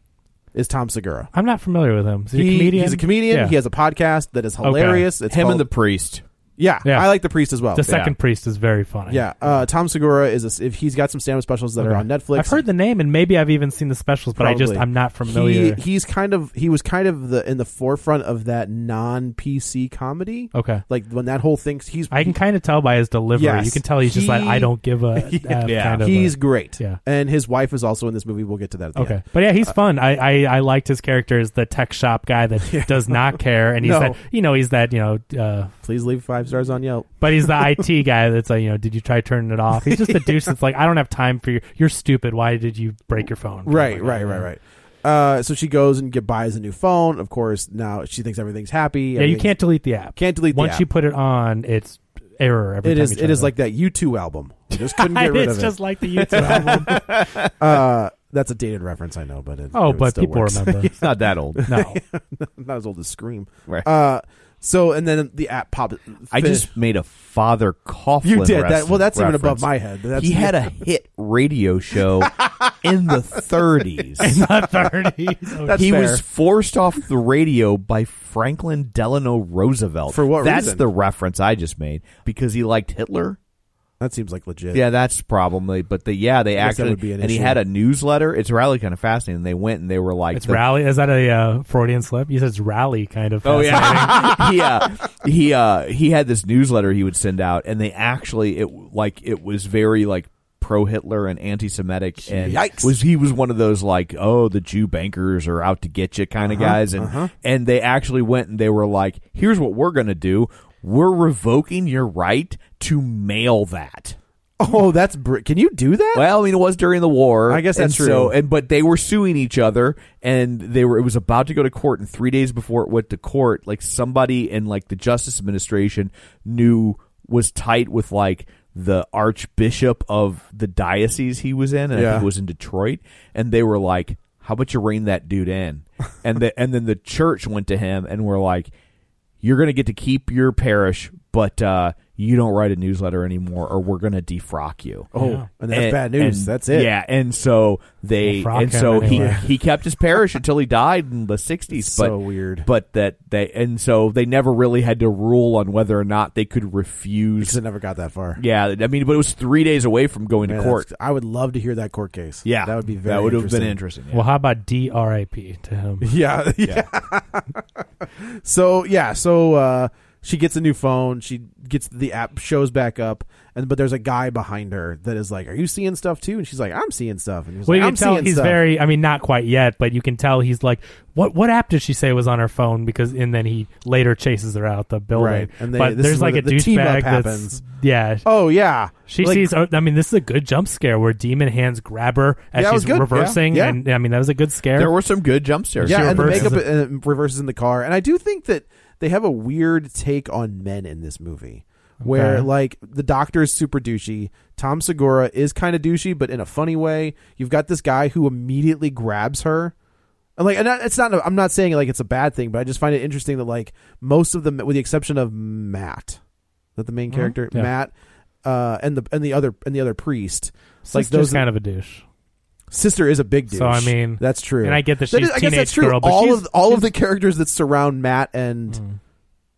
is Tom Segura. I'm not familiar with him. Is he, He- a comedian? He's a comedian. Yeah. He has a podcast that is hilarious. It's him called, and the priest. yeah, Yeah. I like the priest as well. the second priest is very funny. Yeah, uh, Tom Segura is a s if he's got some stand-up specials that are on Netflix. I've heard the name and maybe I've even seen the specials, but I just Probably. I'm not familiar. He, he's kind of he was kind of the in the forefront of that non PC comedy. okay. Like when that whole thing, he's I can kind of tell by his delivery. Yes. You can tell he's just like He- I don't give a F," Yeah. kind of. a- he's great. yeah. and his wife is also in this movie. We'll get to that. At the Okay, end. but yeah, he's fun. I, I I liked his character as the tech shop guy that does not care, and he's No. that you know he's that you know uh, Please leave five stars on Yelp. But he's the IT guy that's like, you know, did you try turning it off? He's just a douche that's like, I don't have time for you. You're stupid. Why did you break your phone? Right, right, right, right. Uh, so she goes and get buys a new phone. Of course, now she thinks everything's happy. Yeah, you everything's- can't delete the app. Can't delete the Once app. you put it on, it's error every It time. is. you try It is to- like that U two album. You Just couldn't get rid it's of it. just like the YouTube album. uh, that's a dated reference, I know, but it, Oh, it but still people works. remember. It's not that old. No. not as old as Scream. Right. Uh, so and then the app pop. I just made a Father Coughlin. You did that- res- well, that's even above reference. my head. That's- he had a hit radio show in the 30s. Not 30s. Okay. That's he fair. was forced off the radio by Franklin Delano Roosevelt. For what That's reason? the reference I just made because he liked Hitler. that seems like legit. Yeah, that's probably. But the yeah, they I guess that actually would be an and he issue. had a newsletter. It's really kind of fascinating. They went and they were like, It's the- rally. Is that a uh, Freudian slip? You said it's rally kind of. Oh fascinating. yeah, he uh, he uh, he had this newsletter he would send out, and they actually it like it was very like pro Hitler and anti-Semitic, and Yikes. was he was one of those like oh the Jew bankers are out to get you kind of guys, and and they actually went and they were like here's what we're gonna do we're revoking your right to mail that. Oh, that's br- can you do that? Well, I mean, it was during the war. I guess that's and So, true. and but they were suing each other, and they were. It was about to go to court, and three days before it went to court, like somebody in like the Justice Administration knew was tight with like the Archbishop of the diocese he was in, and I Yeah. think it was in Detroit, and they were like, "How about you rein that dude in?" and the, and then the church went to him and were like, "You're going to get to keep your parish, but." uh you don't write a newsletter anymore, or we're going to defrock you. Oh, and that's bad news. and- That's it. Yeah, and so they Well, frock and him so anyway. he he kept his parish until he died in the sixties. It's but so weird. But that they and so they never really had to rule on whether or not they could because refuse. it never got that far. Yeah, I mean, but it was three days away from going Man, to court. that's- I would love to hear that court case. Yeah, that would be very. that would have interesting. been interesting. yeah. Well, how about DRIP to him? Yeah, yeah. so yeah, so uh, she gets a new phone. She gets the app shows back up, and but there's a guy behind her that is like, "Are you seeing stuff too?" And she's like, "I'm seeing stuff." And he's Well, like, you "I'm can tell seeing he's stuff." very. I mean, not quite yet, but you can tell he's like, "What? What app did she say was on her phone?" Because and then he later chases her out the building. Right, and they- but this there's is where like a the- the team up douchebag that's happens. yeah. Oh yeah, She Like, sees. oh, I mean, this is a good jump scare where demon hands grab her as Yeah, it was she's good, yeah, reversing, yeah. and I mean that was a good scare. there were some good jump scares. yeah, she and the reverses makeup and reverses in the car. And I do think that they have a weird take on men in this movie. Where Okay. like the doctor is super douchey, Tom Segura is kind of douchey, but in a funny way. You've got this guy who immediately grabs her, and like, and I- it's not. I'm not saying like it's a bad thing, but I just find it interesting that like most of them, with the exception of Matt, is that the main character Mm-hmm. Yeah. Matt, uh, and the and the other and the other priest, like like those kind of a douche. sister is a big douche. So, I mean- that's true. and I get that she's is- I guess teenage that's true. girl, but all she's- of all of the characters that surround Matt and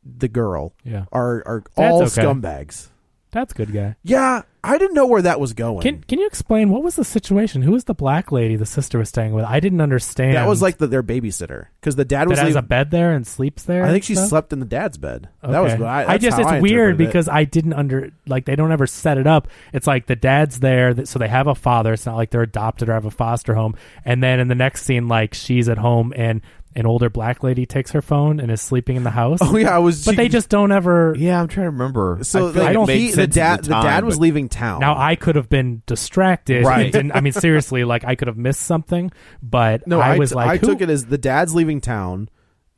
the girl Yeah, are are That's all okay. scumbags. that's a good guy. Yeah, I didn't know where that was going. Can Can you explain what was the situation? Who was the black lady the sister was staying with? I didn't understand. that was like the, their babysitter because the dad that was. has a leaving- bed there and sleeps there. I and think she stuff? slept in the dad's bed. That was Okay. what I. that's just how it's I weird interpreted it. because I didn't under like they don't ever set it up. It's like the dad's there, that, so they have a father. It's not like they're adopted or have a foster home. And then in the next scene, like she's at home and an older black lady takes her phone and is sleeping in the house. Oh yeah, I was. But she- they just don't ever. Yeah, I'm trying to remember. So I, feel like I it don't- made he- the sense at dad, the, time, dad was but- leaving town. Now I could have been distracted. Right. and didn't- I mean, seriously, like I could have missed something. But no, I was t- like, I who- took it as the dad's leaving town.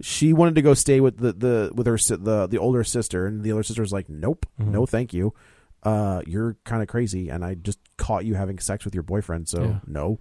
She wanted to go stay with the, the with her si- the the older sister, and the older sister was like, "Nope, Mm-hmm. no, thank you. Uh, you're kind of crazy, and I just caught you having sex with your boyfriend, so Yeah. no."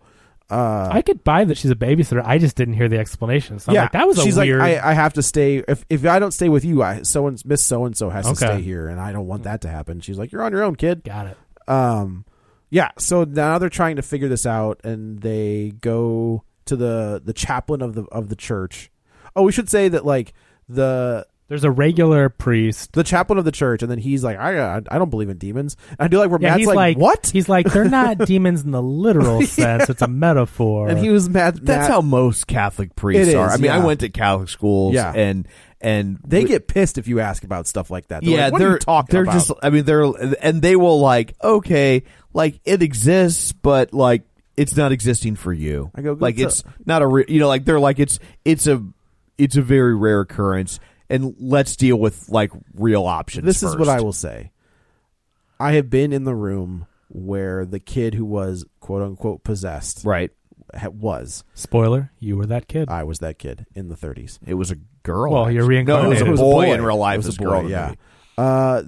Uh, I could buy that she's a babysitter. I just didn't hear the explanation. So I'm like, that was a she's weird. like, I, I have to stay. If if I don't stay with you, I so and Miss So and So has to Okay. stay here, and I don't want that to happen. She's like, you're on your own, kid. Got it. Um, yeah. So now they're trying to figure this out, and they go to the the chaplain of the of the church. Oh, we should say that like the There's a regular priest. the chaplain of the church, and then he's like, I I don't believe in demons. And I do like where Yeah, Matt's he's like, like, what? He's like, they're not demons in the literal sense. It's a metaphor. and he was mad. That's Matt- how most Catholic priests It are. is, I mean, I yeah. went to Catholic schools, Yeah. and and they we- get pissed if you ask about stuff like that. They're yeah, like, what they're are you talking they're about? just. I mean, they're and they will like okay, like it exists, but like it's not existing for you. I go, good like to- it's not a re- you know like they're like it's it's a it's a very rare occurrence, and let's deal with like real options. This is what first. I will say. I have been in the room where the kid who was quote unquote possessed right. ha- was. Spoiler: You were that kid. I was that kid in the 30s. It was a girl. Well, you're actually. reincarnated. No, It it was, was a, a boy boy. in real life. It was a this boy, girl in the yeah. movie. Uh,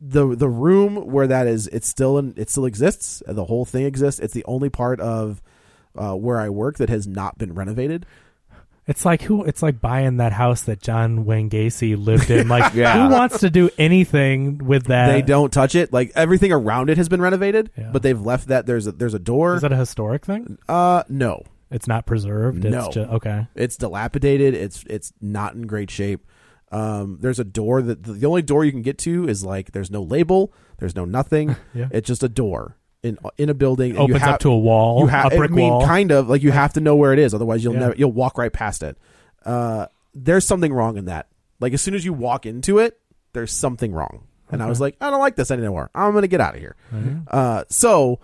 the the room where that is, it's still in, it still exists. The whole thing exists. It's the only part of uh, where I work that has not been renovated. It's like who? It's like buying that house that John Wayne Gacy lived in. Like, Yeah. who wants to do anything with that? they don't touch it. Like everything around it has been renovated, Yeah. but they've left that there's a there's a door. Is that a historic thing? uh no. It's not preserved. No. It's just, okay. It's dilapidated. It's it's not in great shape. Um, there's a door that the, the only door you can get to is like there's no label, there's no nothing. Yeah. It's just a door in in a building. and Opens have- up to a wall, You have a brick I mean, wall. kind of like you have to know where it is, otherwise you'll Yeah. never you'll walk right past it. Uh, there's something wrong in that. Like as soon as you walk into it, there's something wrong. And I was like, I don't like this anymore. I'm gonna get out of here. Uh, so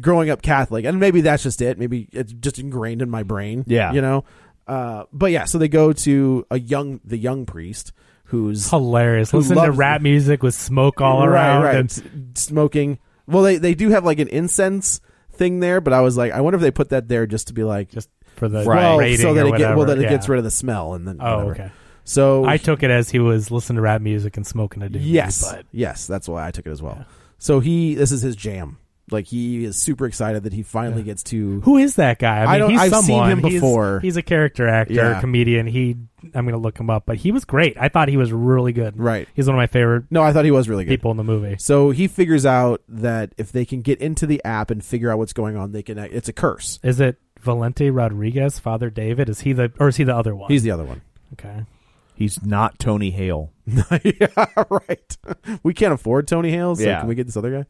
growing up Catholic, and maybe that's just it. Maybe it's just ingrained in my brain. Yeah. you know. Uh, but yeah, so they go to a young the young priest who's Hilarious. Who Listen to loves- rap music with smoke all around. right, right. and- S- smoking. Well, they they do have like an incense thing there, but I was like, I wonder if they put that there just to be like just for the Right. well, rating so that or it get, well that whatever. it Yeah. gets rid of the smell and then Oh, whatever. okay. So I took it as he was listening to rap music and smoking a doobie. yes, but yes, that's why I took it as well. So he this is his jam. Like he is super excited that he finally gets to who is that guy? I, mean, I don't- he's I've seen someone. him He's- before. He's, a character actor, Yeah. comedian. He, I'm going to look him up, but he was great. I thought he was really good. Right. He's one of my favorite No, I thought he was really good. people in the movie. So he figures out that if they can get into the app and figure out what's going on, they can. It's a curse. Is it Valente Rodriguez, Father David? Is he the or is he the other one? He's the other one. okay. He's not Tony Hale. yeah, right. We can't afford Tony Hale, so Yeah. can we get this other guy?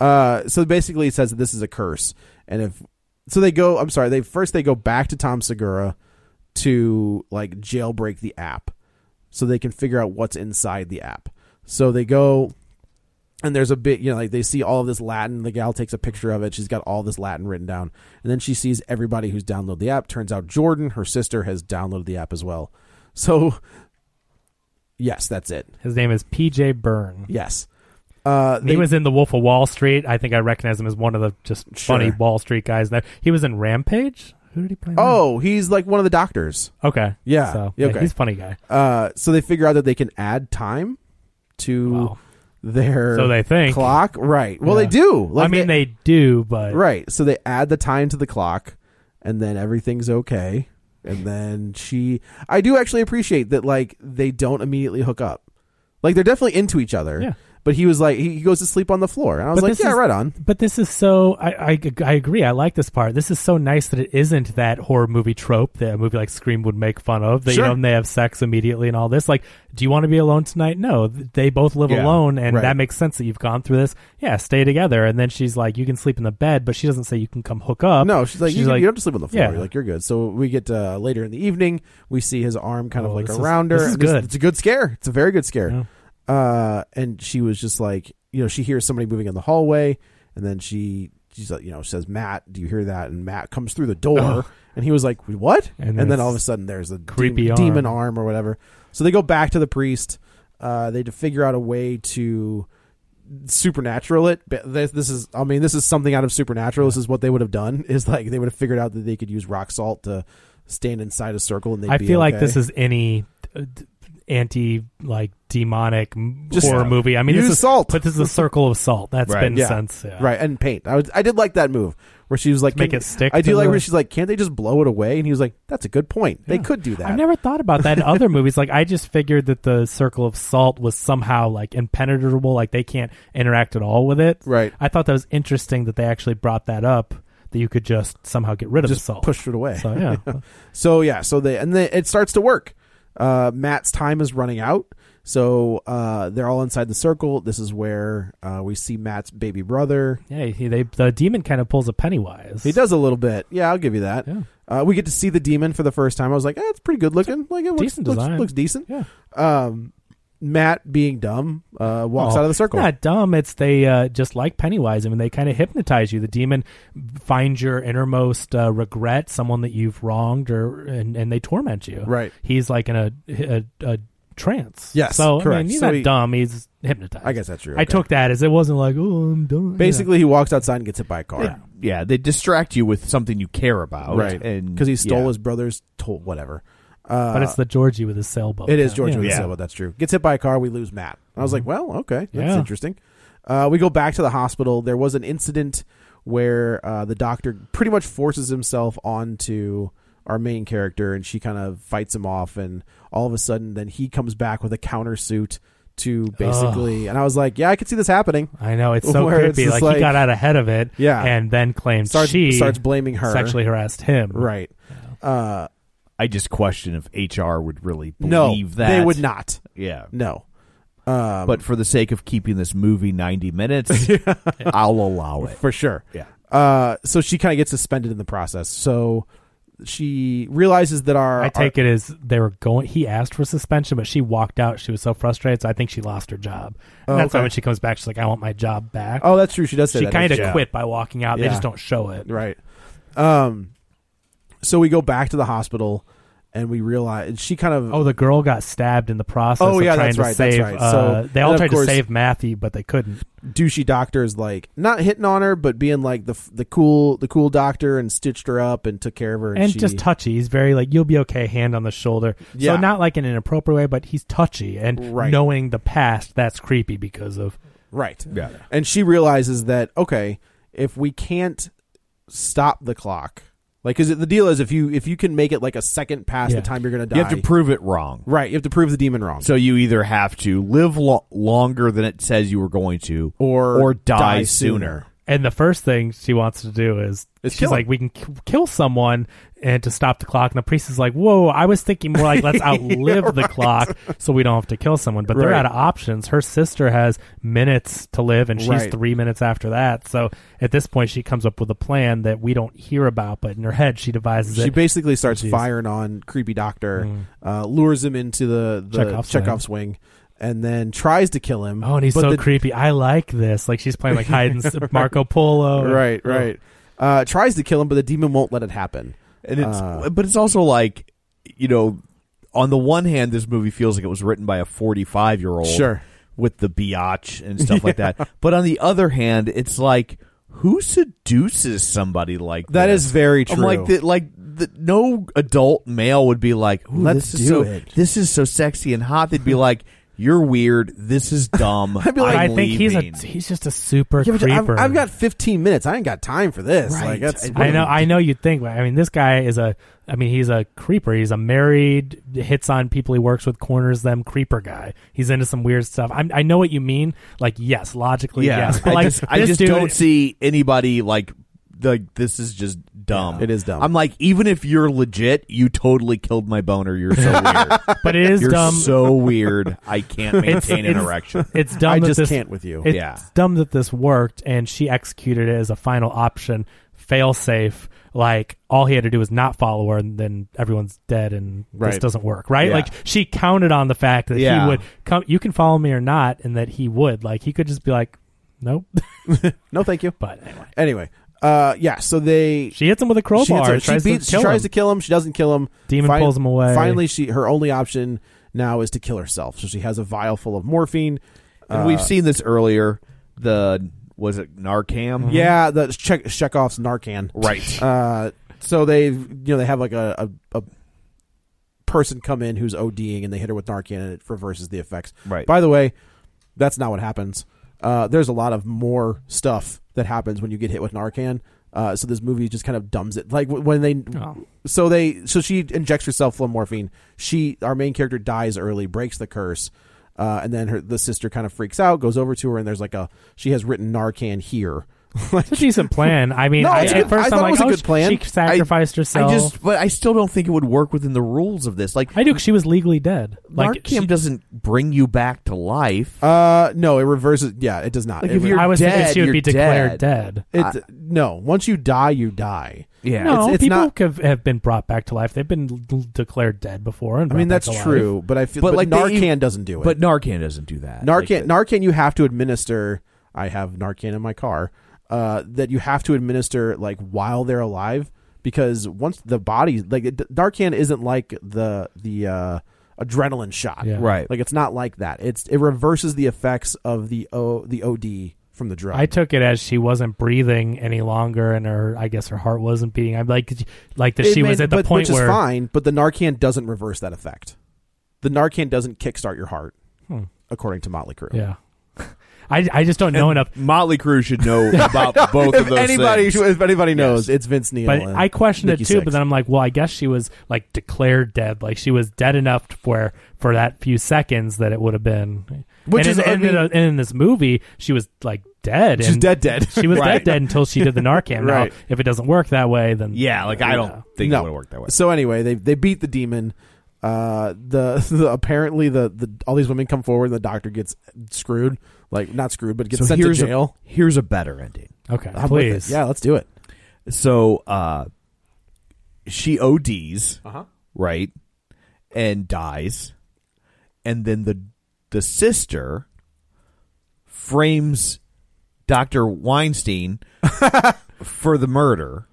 Uh, so basically, it says that this is a curse, and if so, they go. I'm sorry. They first they go back to Tom Segura to like jailbreak the app, so they can figure out what's inside the app. So they go. And there's a bit, you know, like they see all of this Latin. The gal takes a picture of it. She's got all this Latin written down. And then she sees everybody who's downloaded the app. Turns out Jordan, her sister, has downloaded the app as well. So, yes, that's it. His name is P.J. Byrne. Yes. Uh, He was in The Wolf of Wall Street. I think I recognize him as one of the just funny Sure. Wall Street guys. There, he was in Rampage. Who did he play? in oh, he's like one of the doctors. that? okay, Yeah, So, yeah, okay. he's a funny guy. Uh, so they figure out that they can add time to Wow. their So they think. clock, right? Well, Yeah. they do. Like I mean, they, do, but right. So they add the time to the clock, and then everything's okay. And then she, I do actually appreciate that. Like they don't immediately hook up. Like they're definitely into each other. Yeah. But he was like, he he goes to sleep on the floor, and I was But like, this yeah, is- right on. But this is so. I, I I agree. I like this part. This is so nice that it isn't that horror movie trope that a movie like Scream would make fun of. That Sure. you know and they have sex immediately and all this. Like, do you want to be alone tonight? No. Th- They both live Yeah, alone, and right. that makes sense that you've gone through this. Yeah, stay together. And then she's like, you can sleep in the bed, but she doesn't say you can come hook up. No, she's like, you, you don't have to sleep on the floor. yeah. You're Like you're good. So we get uh, later in the evening. We see his arm kind of Oh, like this is- around her. this is and it's- good. It's a good scare. It's a very good scare. Uh, and she was just like, you know, she hears somebody moving in the hallway, and then she she's like, you know, says, Matt, do you hear that? And Matt comes through the door, Uh-huh. and he was like, what? And And, then there's all of a sudden, there's a creepy demon, arm. demon arm or whatever. So they go back to the priest. Uh, they had to figure out a way to supernatural it. But this, this is, I mean, this is something out of supernatural. This is what they would have done. Is like they would have figured out that they could use rock salt to stand inside a circle, and they'd I be feel like okay. this is any uh, d- anti like demonic m Just- horror movie. I mean, Use this is salt. but this is a circle of salt. That's Right. been Yeah. since yeah. right and paint. I was, I did like that move where she was like, Make can- it stick I do to like the- where she's like, can't they just blow it away? And he was like, that's a good point. They Yeah. could do that. I've never thought about that in other movies. Like I just figured that the circle of salt was somehow like impenetrable, like they can't interact at all with it. Right. I thought that was interesting that they actually brought that up that you could just somehow get rid of just the salt. pushed it away. So yeah. So yeah, so they and they, it starts to work. Uh, Matt's time is running out, so uh, they're all inside the circle. This is where uh, we see Matt's baby brother. yeah, he, they the demon kind of pulls a Pennywise. He does a little bit. Yeah, I'll give you that. Yeah. Uh, we get to see the demon for the first time. I was like, eh, it's pretty good looking. Like it looks, decent looks, design. looks decent. Yeah. Um, Matt being dumb uh, walks Oh, out of the circle. It's not dumb. It's they uh, just like Pennywise. I mean, they kind of hypnotize you. The demon finds your innermost uh, regret, someone that you've wronged, or and, and they torment you. Right. He's like in a a, a trance. Yes, So I correct. mean, he's So not he- dumb. He's hypnotized. I guess that's true. I Okay. took that as it wasn't like oh I'm dumb. Basically, he walks outside and gets hit by a car. yeah, they distract you with something you care about, Right, And because he stole yeah. his brother's toll, whatever. Uh, Yeah. but it's the Georgie with his sailboat. It is George Yeah. with the Yeah. Mm-hmm. sailboat. That's true. Gets hit by a car. We lose Matt. I was like, well, okay, that's Yeah. interesting. Uh, we go back to the hospital. There was an incident where uh, the doctor pretty much forces himself onto our main character, and she kind of fights him off. And all of a sudden, then he comes back with a countersuit to basically. And I was like, yeah, I could see this happening. I know it's so Where it's creepy. just Like, like- he got out ahead of it. Yeah. And then claimed Starts she starts blaming her. sexually harassed him. right. Uh, I just question if HR would really no, believe that they would not. Yeah, No. Um, but for the sake of keeping this movie ninety minutes, I'll allow it. for sure. Yeah. Uh, so she kind of gets suspended in the process. So she realizes that our I take it as they were going. He asked for suspension, but she walked out. She was so frustrated, so I think she lost her job. And Oh, that's okay. why when she comes back, she's like, "I want my job back." our, oh, that's true. She does. Say she that, kind doesn't of she? quit by walking out. Yeah. They just don't show it. Right. Um. So we go back to the hospital, and we realize and she kind of. Oh, the girl got stabbed in the process. Oh, of yeah, trying that's to right, that's Save, right. uh, So- they all and of tried course- to save Matthew, but they couldn't. douchey doctor is like not hitting on her, but being like the the cool the cool doctor and stitched her up and took care of her and, And, she, just touchy. He's very like, "You'll be okay." Hand on the shoulder. Yeah. So not like in an inappropriate way, but he's touchy. And Right. knowing the past, that's creepy because of right. Yeah. And she realizes that okay, if we can't stop the clock, like because the deal is if you if you can make it like a second past Yeah. the time you're gonna die, You have to prove it wrong. Right, you have to prove the demon wrong. So you either have to live lo- longer than it says you were going to, or or die, die sooner. sooner. And the first thing she wants to do is Is she's kill him. like, we can k- kill someone and to stop the clock. And the priest is like, whoa, I was thinking more like let's outlive the clock so we don't have to kill someone. But they're Right. out of options. Her sister has minutes to live, and she's Right. three minutes after that. So at this point, she comes up with a plan that we don't hear about, but in her head, she devises she it. basically starts Jeez. firing on creepy doctor, uh, lures him into the, the Mm. Chekhov's Chekhov's wing. and then tries to kill him. Oh, and he's but so the- creepy. I like this. Like she's playing like hide and s- Marco Polo. Right, right. Uh, tries to kill him, but the demon won't let it happen. And it's Uh, but it's also like, you know, on the one hand, this movie feels like it was written by a forty-five year old, Sure. with the biatch and stuff like that. But on the other hand, it's like. Who seduces somebody like That this? is very I'm like true. the, like the, no adult male would be like, "Ooh, Let's this is do so, it." This is so sexy and hot. They'd be like, "You're weird. This is dumb." I'd be But like, I I'm think he's leaving." a he's just a super Yeah, but I've, creeper. I've got 15 minutes. I ain't got time for this. Right. Like that's I know, I know. You think, but I mean, this guy is a. I mean, he's a creeper. He's a married, hits on people he works with, corners them, creeper guy. He's into some weird stuff. I'm, I know what you mean. Like, yes, logically, Yeah, yes. But I like, just, I this just dude- don't see anybody like like this is just dumb. Yeah, it is dumb. I'm like, even if you're legit, you totally killed my boner. You're so weird. But it is you're dumb. so weird. I can't It's- maintain an it's- erection. It's dumb. I that just this- can't with you. It's Yeah. dumb that this worked, and she executed it as a final option, fail safe. Like all he had to do was not follow her, and then everyone's dead, and Right. this doesn't work, right? Yeah. Like she counted on the fact that Yeah. he would come. You can follow me or not, and that he would. Like he could just be like, nope. no, thank you. But anyway, Anyway, Uh, yeah. So they She hits him with a she, hits crowbar. him. She, tries, she, beats, to kill she tries him. to kill him. She doesn't kill him. Demon pulls him away. Finally, she her only option now is to kill herself. So she has a vial full of morphine. Uh, Uh, And we've seen this earlier. The was it Mm-hmm. Narcam? Yeah, the check Chekhov's Narcan. Right. Uh, so they you know they have like a, a, a person come in who's ODing and they hit her with Narcan and it reverses the effects. Right. By the way, that's not what happens. Uh, there's a lot of more stuff that happens when you get hit with Narcan. Uh, so this movie just kind of dumbs it. Like wh- when they, Oh. so they, so she injects herself full of morphine. She, our main character, dies early, breaks the curse, uh, and then her the sister kind of freaks out, goes over to her, and there's like a she has written Narcan here. like, It's a decent plan. I mean, No, I, it's a at good- first I am thought it like, was a oh, good she- plan. she sacrificed herself. I just, but I still don't think it would work within the rules of this. Like, I do. 'cause She was legally dead. Like Narcam she- doesn't bring you back to life. Uh, no, it reverses. Yeah, it does not. Like, It if re- you're I was dead, thinking she would you're be declared dead. it, no, once you die, you die. yeah, No, it's- it's people not- have, have been brought back to life. They've been l- declared dead before. And I mean, brought back that's to life. true, but I feel But, but, like, like they Narcan even- doesn't do it. but Narcan doesn't do that. Narcan, Like, Narcan, you have to administer. I have Narcan in my car. Uh, that you have to administer like while they're alive, because once the body, like it- Narcan, isn't like the the uh, adrenaline shot, Yeah. Right. Like it's not like that. It's it reverses the effects of the o the OD from the drug. I took it as she wasn't breathing any longer, and her I guess her heart wasn't beating. I'm like, like that It she may- was at the but- point which is where fine, but the Narcan doesn't reverse that effect. The Narcan doesn't kickstart your heart, Hmm. according to Motley Crue. yeah. I, I just don't know enough. Motley Crue should know about both If anybody, things. if anybody knows, it's Vince Neil. But and I questioned Nikki it too. Sixx. But then I'm like, well, I guess she was like declared dead. Like she was dead enough for for that few seconds that it would have been. Which and is- in, I and mean- in, and in this movie, she was like dead. She's and dead, dead. She was Right. dead, dead until she did the Narcan. Right. Now, if it doesn't work that way, then Yeah, like I don't think it no. would work that way. So anyway, they they beat the demon. Uh, the, the apparently the, the all these women come forward and the doctor gets screwed, like not screwed, but gets So sent to here's a- jail. Here's a better ending. Okay, I'm with it. please. yeah, let's do it. So uh she ODs, Uh-huh. right? And dies. And then the the sister frames Dr. Weinstein for the murder.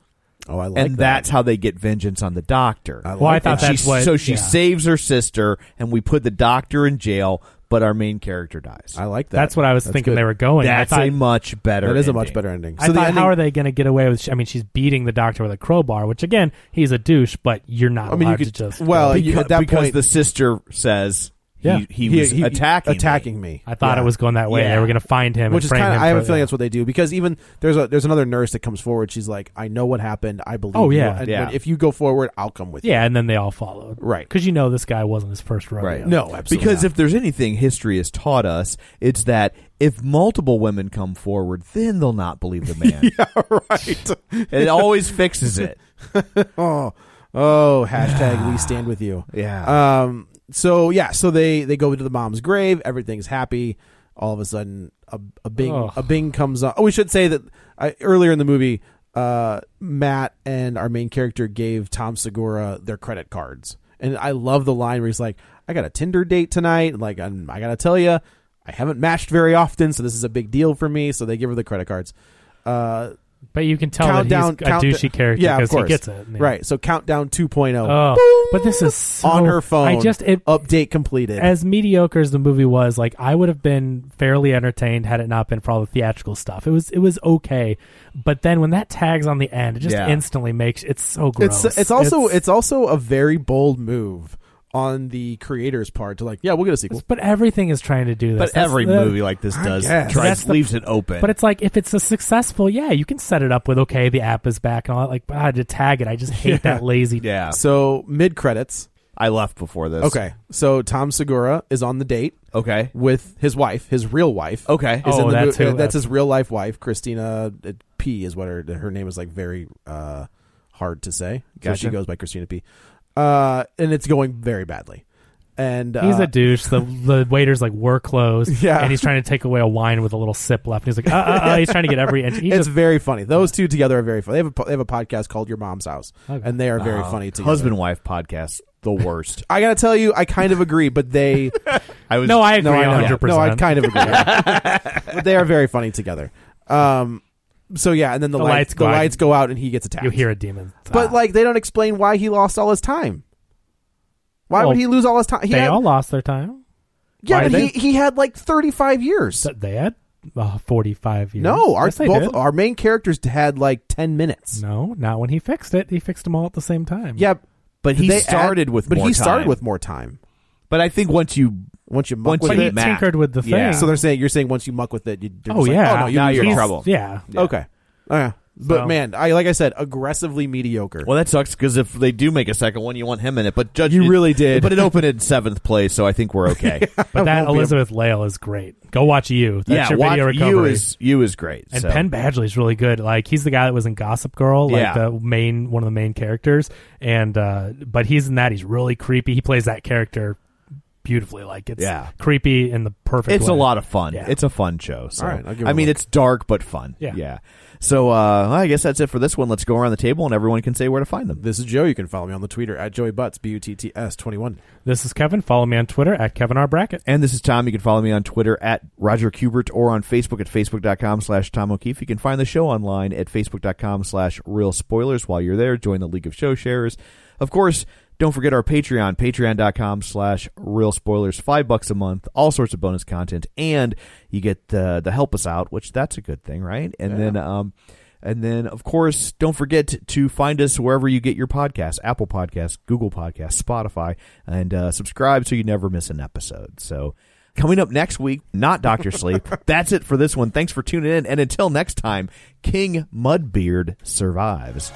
Oh, I like and that. that's how they get vengeance on the doctor. I like Well, I that. thought And she- that's what. so she yeah. saves her sister and we put the doctor in jail, but our main character dies. I like that. That's what I was thinking good. they were going. That's I a thought, much better That is a much ending. better ending. I So the thought, ending- how are they going to get away with? I mean, she's beating the doctor with a crowbar, which again, he's a douche, but you're not I mean, you allowed could to just. well you, Because- at that because point the sister says Yeah. he, he, was attacking me. attacking me. I thought Yeah. it was going that way. Yeah. They were going to find him, which and is frame kind of. him I have a for- feeling that's what they do because even there's a there's another nurse that comes forward. She's like, I know what happened. I believe. Oh, you. yeah. And Yeah. when- if you go forward, I'll come with you. Yeah, and then they all followed, Right. Because you know this guy wasn't his first rodeo. Right. No, absolutely Because not. if there's anything history has taught us, it's that if multiple women come forward, then they'll not believe the man. right. It always fixes it. oh, oh, hashtag we stand with you. Yeah. Um. So yeah. So they they go into the mom's grave. Everything's happy. All of a sudden, a, a bing Ugh. a bing comes on. Oh, we should say that I, earlier in the movie, uh, Matt and our main character gave Tom Segura their credit cards, and I love the line where he's like, "I got a Tinder date tonight. Like, I'm, I gotta tell you, I haven't matched very often, so this is a big deal for me." So they give her the credit cards. Uh, but you can tell countdown, that count- he's a douchey character Yeah, of because he course. gets it, yeah. Right. So countdown 2.0 Oh, but this is so, on her phone. Oh, I just it update completed. as mediocre as the movie was, like I would have been fairly entertained had it not been for all the theatrical stuff. It was it was okay, but then when that tags on the end, it just Yeah. instantly makes it's so gross. it's it's also it's, also a very bold move on the creator's part to like, yeah, we'll get a sequel. but everything is trying to do this. but That's every the- movie like this does guess. tries That's the- leaves it open. But it's like if it's a successful, yeah, you can set it up with okay, the app is back and all that. Like, but I had to tag it. I just hate that lazy. yeah. So mid credits. I left before this. Okay. So Tom Segura is on the date Okay. with his wife, his real wife. Okay. Is Oh, in the that's mo- who- uh, his real life wife, Christina uh, P. Is what her her name is like very uh, hard to say. So she Gotcha. goes by Christina P. Uh, and it's going very badly. And He's uh, a douche. The the waiter's like we're closed, Yeah. and he's trying to take away a wine with a little sip left. And he's like, uh, uh, uh, he's trying to get every inch. He it's just very funny. Those two together are very funny. They have a, po- they have a podcast called Your Mom's House, Okay. and they are very funny together. Husband wife podcast the worst. I gotta tell you, I kind of agree, but they I was no, I agree, no, I know. hundred no, I percent. kind of agree, but they are very funny together. Um, so yeah, and then the, The lights, lights the go out. lights go out, and he gets attacked. You hear a demon. but Ah. like they don't explain why he lost all his time. Why Well, would he lose all his time? He they had, all lost their time. yeah, why but they- he, he had like thirty five years. So they had uh, forty-five years. no, our Yes, they both did. our main characters had like ten minutes. No, not when he fixed it. He fixed them all at the same time. Yeah, But he they started add- with but more he started time. with more time. But I think once you Once you muck once with But you he it, math- tinkered with the Yeah. thing. so they're saying you're saying once you muck with it, you, they're Oh just like, yeah. oh no, you Now lose you're in all- He's- trouble. Yeah. Okay, okay, but So- man, I like I said, aggressively mediocre. Well, that sucks because if they do make a second one, you want him in it. But Judge, You really did. But it opened in seventh place, so I think we're okay. But that won't be a- Elizabeth Lale is great. Go watch you. That's yeah, your watch, video recovery. you is you is great. and so. Penn Badgley's really good. Like he's the guy that was in Gossip Girl, like Yeah. the main one of the main characters. And uh but he's in that. He's really creepy. He plays that character beautifully. Like it's Yeah. creepy in the perfect. it's way. a lot of fun. Yeah. It's a fun show. So All right, I'll give it I a mean, look. it's dark but fun. Yeah. So uh, I guess that's it for this one. Let's go around the table and everyone can say where to find them. this is Joe. You can follow me on the Twitter at Joey Butts B U T T S twenty one. This is Kevin. Follow me on Twitter at Kevin R Brackett. And this is Tom. You can follow me on Twitter at Roger Kubert or on Facebook at Facebook.com slash Tom O'Keefe. You can find the show online at Facebook.com slash Real Spoilers. While you're there, join the League of Show Sharers. Of course, don't forget our Patreon, patreon.com slash Real Spoilers. Five bucks a month, all sorts of bonus content, and you get uh, the, the help us out, which that's a good thing, right? And then, um, and then, of course, don't forget to find us wherever you get your podcasts Apple Podcasts, Google Podcasts, Spotify, and uh, subscribe so you never miss an episode. So, coming up next week, not Dr. Sleep. That's it for this one. Thanks for tuning in. And until next time, King Mudbeard survives.